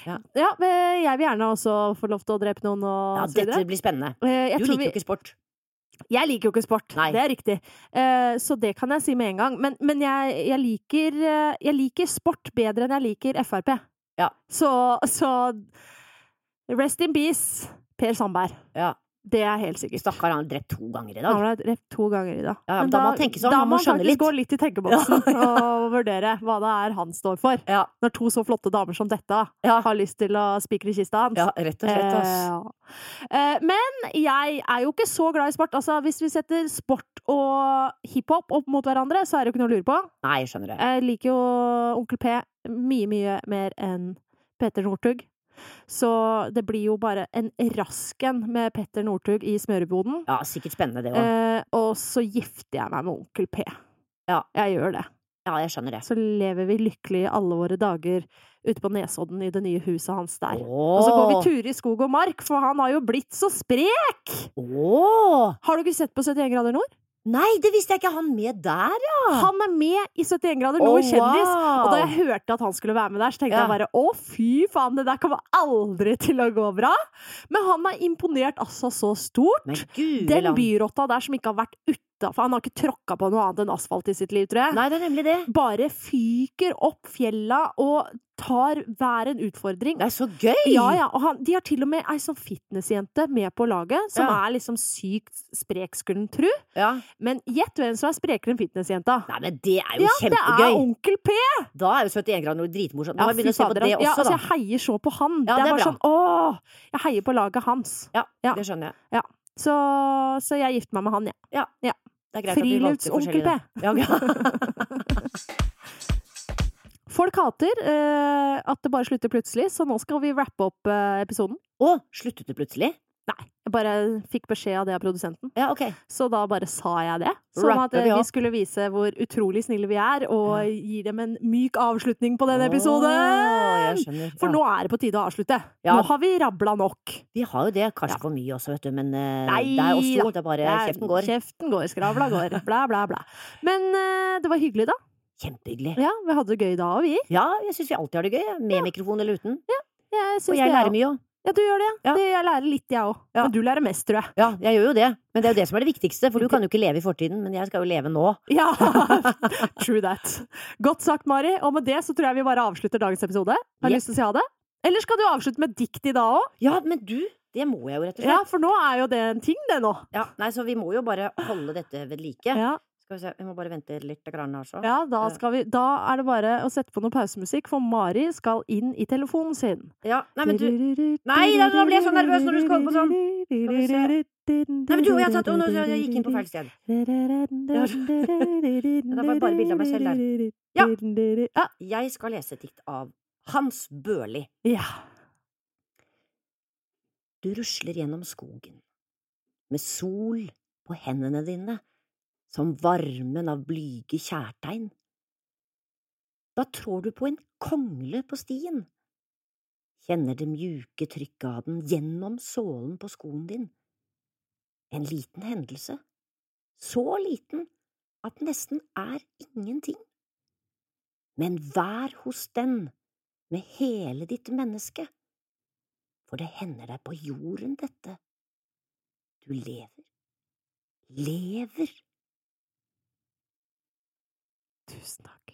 Ja.
ja, men jeg vil gjerne også få lov til å drepe noen og
Ja,
så videre.
dette blir spennende.
Eh, Jeg,
Du
tror
liker
vi,
jo ikke sport.
jeg liker jo ikke sport,
Nei.
det er riktig. Eh, Så det kan jeg si med en gang. Men, men jeg, jeg, liker, eh, jeg liker sport bedre enn jeg liker Frp.
Ja.
Så, så rest in peace, Per Sandberg.
Ja,
Det er helt sikkert.
Stakkar, han er drept to ganger i
Han
dag.
ble drept to ganger i dag.
Ja, ja, men da må han tenke seg om,
da
han må skjønne
faktisk
litt.
gå litt i tenkeboksen og vurdere hva det er han står for.
Ja,
Når to så flotte damer som dette
Ja.
har lyst til å spikre kista hans.
ja rett og slett, ass.
Eh, ja. Eh, Men jeg er jo ikke så glad i sport. Altså, hvis vi setter sport og hiphop opp mot hverandre, så er det jo ikke noe å lure på.
Nei, jeg skjønner det.
Jeg liker jo Onkel P mye, mye mer enn Peter Northug. Så det blir jo bare en rask en med Petter Northug i smøreboden.
Ja, sikkert spennende det òg.
Eh, og så gifter jeg meg med onkel P.
Ja.
Jeg gjør det.
Ja, jeg skjønner det.
Så lever vi lykkelig alle våre dager ute på Nesodden i det nye huset hans der.
Åh,
Og så går vi turer i skog og mark, for han har jo blitt så sprek!
Åh!
Har du ikke sett på 71 grader nord?
Nei, det visste jeg ikke! Han med der, ja!
Han er med i 71 grader nord,
Åh,
kjendis!
wow.
Og da jeg hørte at han skulle være med der, så tenkte
Ja.
jeg bare å, fy faen, det der kommer aldri til å gå bra! Men han er imponert altså så stort.
Men gud
Den byrotta der som ikke har vært utafor Han har ikke tråkka på noe annet enn asfalt i sitt liv, tror jeg.
Nei, det er nemlig det.
Bare fyker opp fjella og tar hver en utfordring.
Det er så gøy!
Ja, ja. Og han, de har til og med ei sånn fitnessjente med på laget, som
Ja.
er liksom sykt sprek, skulle en tru.
Ja.
Men gjett hvem som er sprekere enn fitnessjenta?
Nei, men det er jo
Ja, det er
kjempegøy!
onkel P!
Da er jo 71 grader nord
Ja,
dritmorsomt. Nå må
fy
jeg begynne å se på
fader,
det
ass. ja,
også,
altså,
da.
jeg heier så på han.
Ja,
det
det
er
er
bare
bra.
sånn åh! Jeg heier på laget hans.
Ja,
Ja.
det skjønner jeg.
Så, så jeg gifter meg med han, jeg.
Det er
Ja.
greit at vi valgte
Frilufts-onkel P.
forskjellige. Ja, ja.
Folk hater eh, at det bare slutter plutselig, så nå skal vi wrappe opp eh, episoden.
Å, sluttet det plutselig?
Jeg bare fikk beskjed av det av produsenten.
Ja, ok.
Så da bare sa jeg det. Sånn at
Rapper
eh,
vi
vi
opp.
skulle vise hvor utrolig snille vi er, og gi dem en myk avslutning på denne
Åh, jeg
episoden!
skjønner.
For
Ja.
nå er det på tide å avslutte.
Ja.
Nå har vi rabla nok.
Vi har jo det, kanskje
Ja.
for mye også, vet du, men eh,
Nei
det er oss
da.
to. Det er bare
Det er-
kjeften går.
Kjeften går, skravla går. Blæ, blæ, blæ. Men eh, det var hyggelig, da.
Kjempehyggelig.
Ja, Vi hadde det gøy da og vi.
Ja, jeg syns vi alltid har det gøy, med mikrofon eller uten.
Jeg syns
Og jeg
det,
lærer
også.
mye òg.
Ja, du gjør det. ja.
Ja.
Det- Jeg lærer litt, jeg òg.
Ja.
Men du lærer mest, tror jeg.
Ja, jeg gjør jo det. Men det er jo det som er det viktigste, for du kan jo ikke leve i fortiden, men jeg skal jo leve nå.
Ja! True that. Godt sagt, Mari. Og med det så tror jeg vi bare avslutter dagens episode. Har du
Ja.
lyst til å si ha det? Eller skal du avslutte med dikt i dag òg?
Ja, men du, det må jeg jo rett og slett.
Ja, for nå er jo det en ting, det nå.
Ja, nei, så vi må jo bare holde dette ved like.
Ja,
Skal vi se, vi må bare vente litt grann her, så.
ja da, skal vi, da er det bare å sette på noe pausemusikk, for Mari skal inn i telefonen sin.
Ja, nei, men du, Nei, da- nå blir jeg så nervøs når du skal holde på sånn. vi se. nei, men du, jeg har tatt, å, nå, jeg gikk inn på feil sted.
Ja, da
var bare bilde av meg selv
der.
Ja.
Ja.
Jeg skal lese et dikt av Hans Børli.
ja.
Du rusler gjennom skogen, med sol på hendene dine, som varmen av blyge kjærtegn. Da trår du på en kongle på stien, kjenner det mjuke trykket av den gjennom sålen på skoen din. En liten hendelse, så liten at den nesten er ingenting, men vær hos den med hele ditt menneske for det hender deg på jorden, dette. Du lever. Lever.
Tusen takk.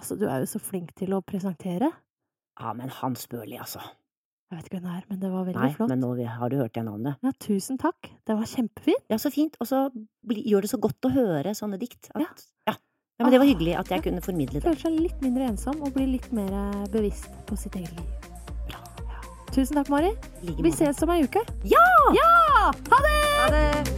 Altså, du er jo så flink til å presentere.
Ja, men Hans Børli, altså.
Jeg vet ikke hvem det er, men det var veldig
Nei,
flott.
men nå har du hørt det navnet.
Ja, tusen takk. Det var kjempefint.
Ja, så fint. Og så bli- gjør det så godt å høre sånne dikt. At,
Ja.
ja. ja. men det var
Ah.
hyggelig at jeg kunne formidle det.
Føler seg litt mindre ensom og blir litt mer eh, bevisst på sitt eget liv.
Bra.
Tusen takk, Mari.
I like
Vi
måte.
ses om ei uke.
Ja!
Ja! Ha det!
Ha det!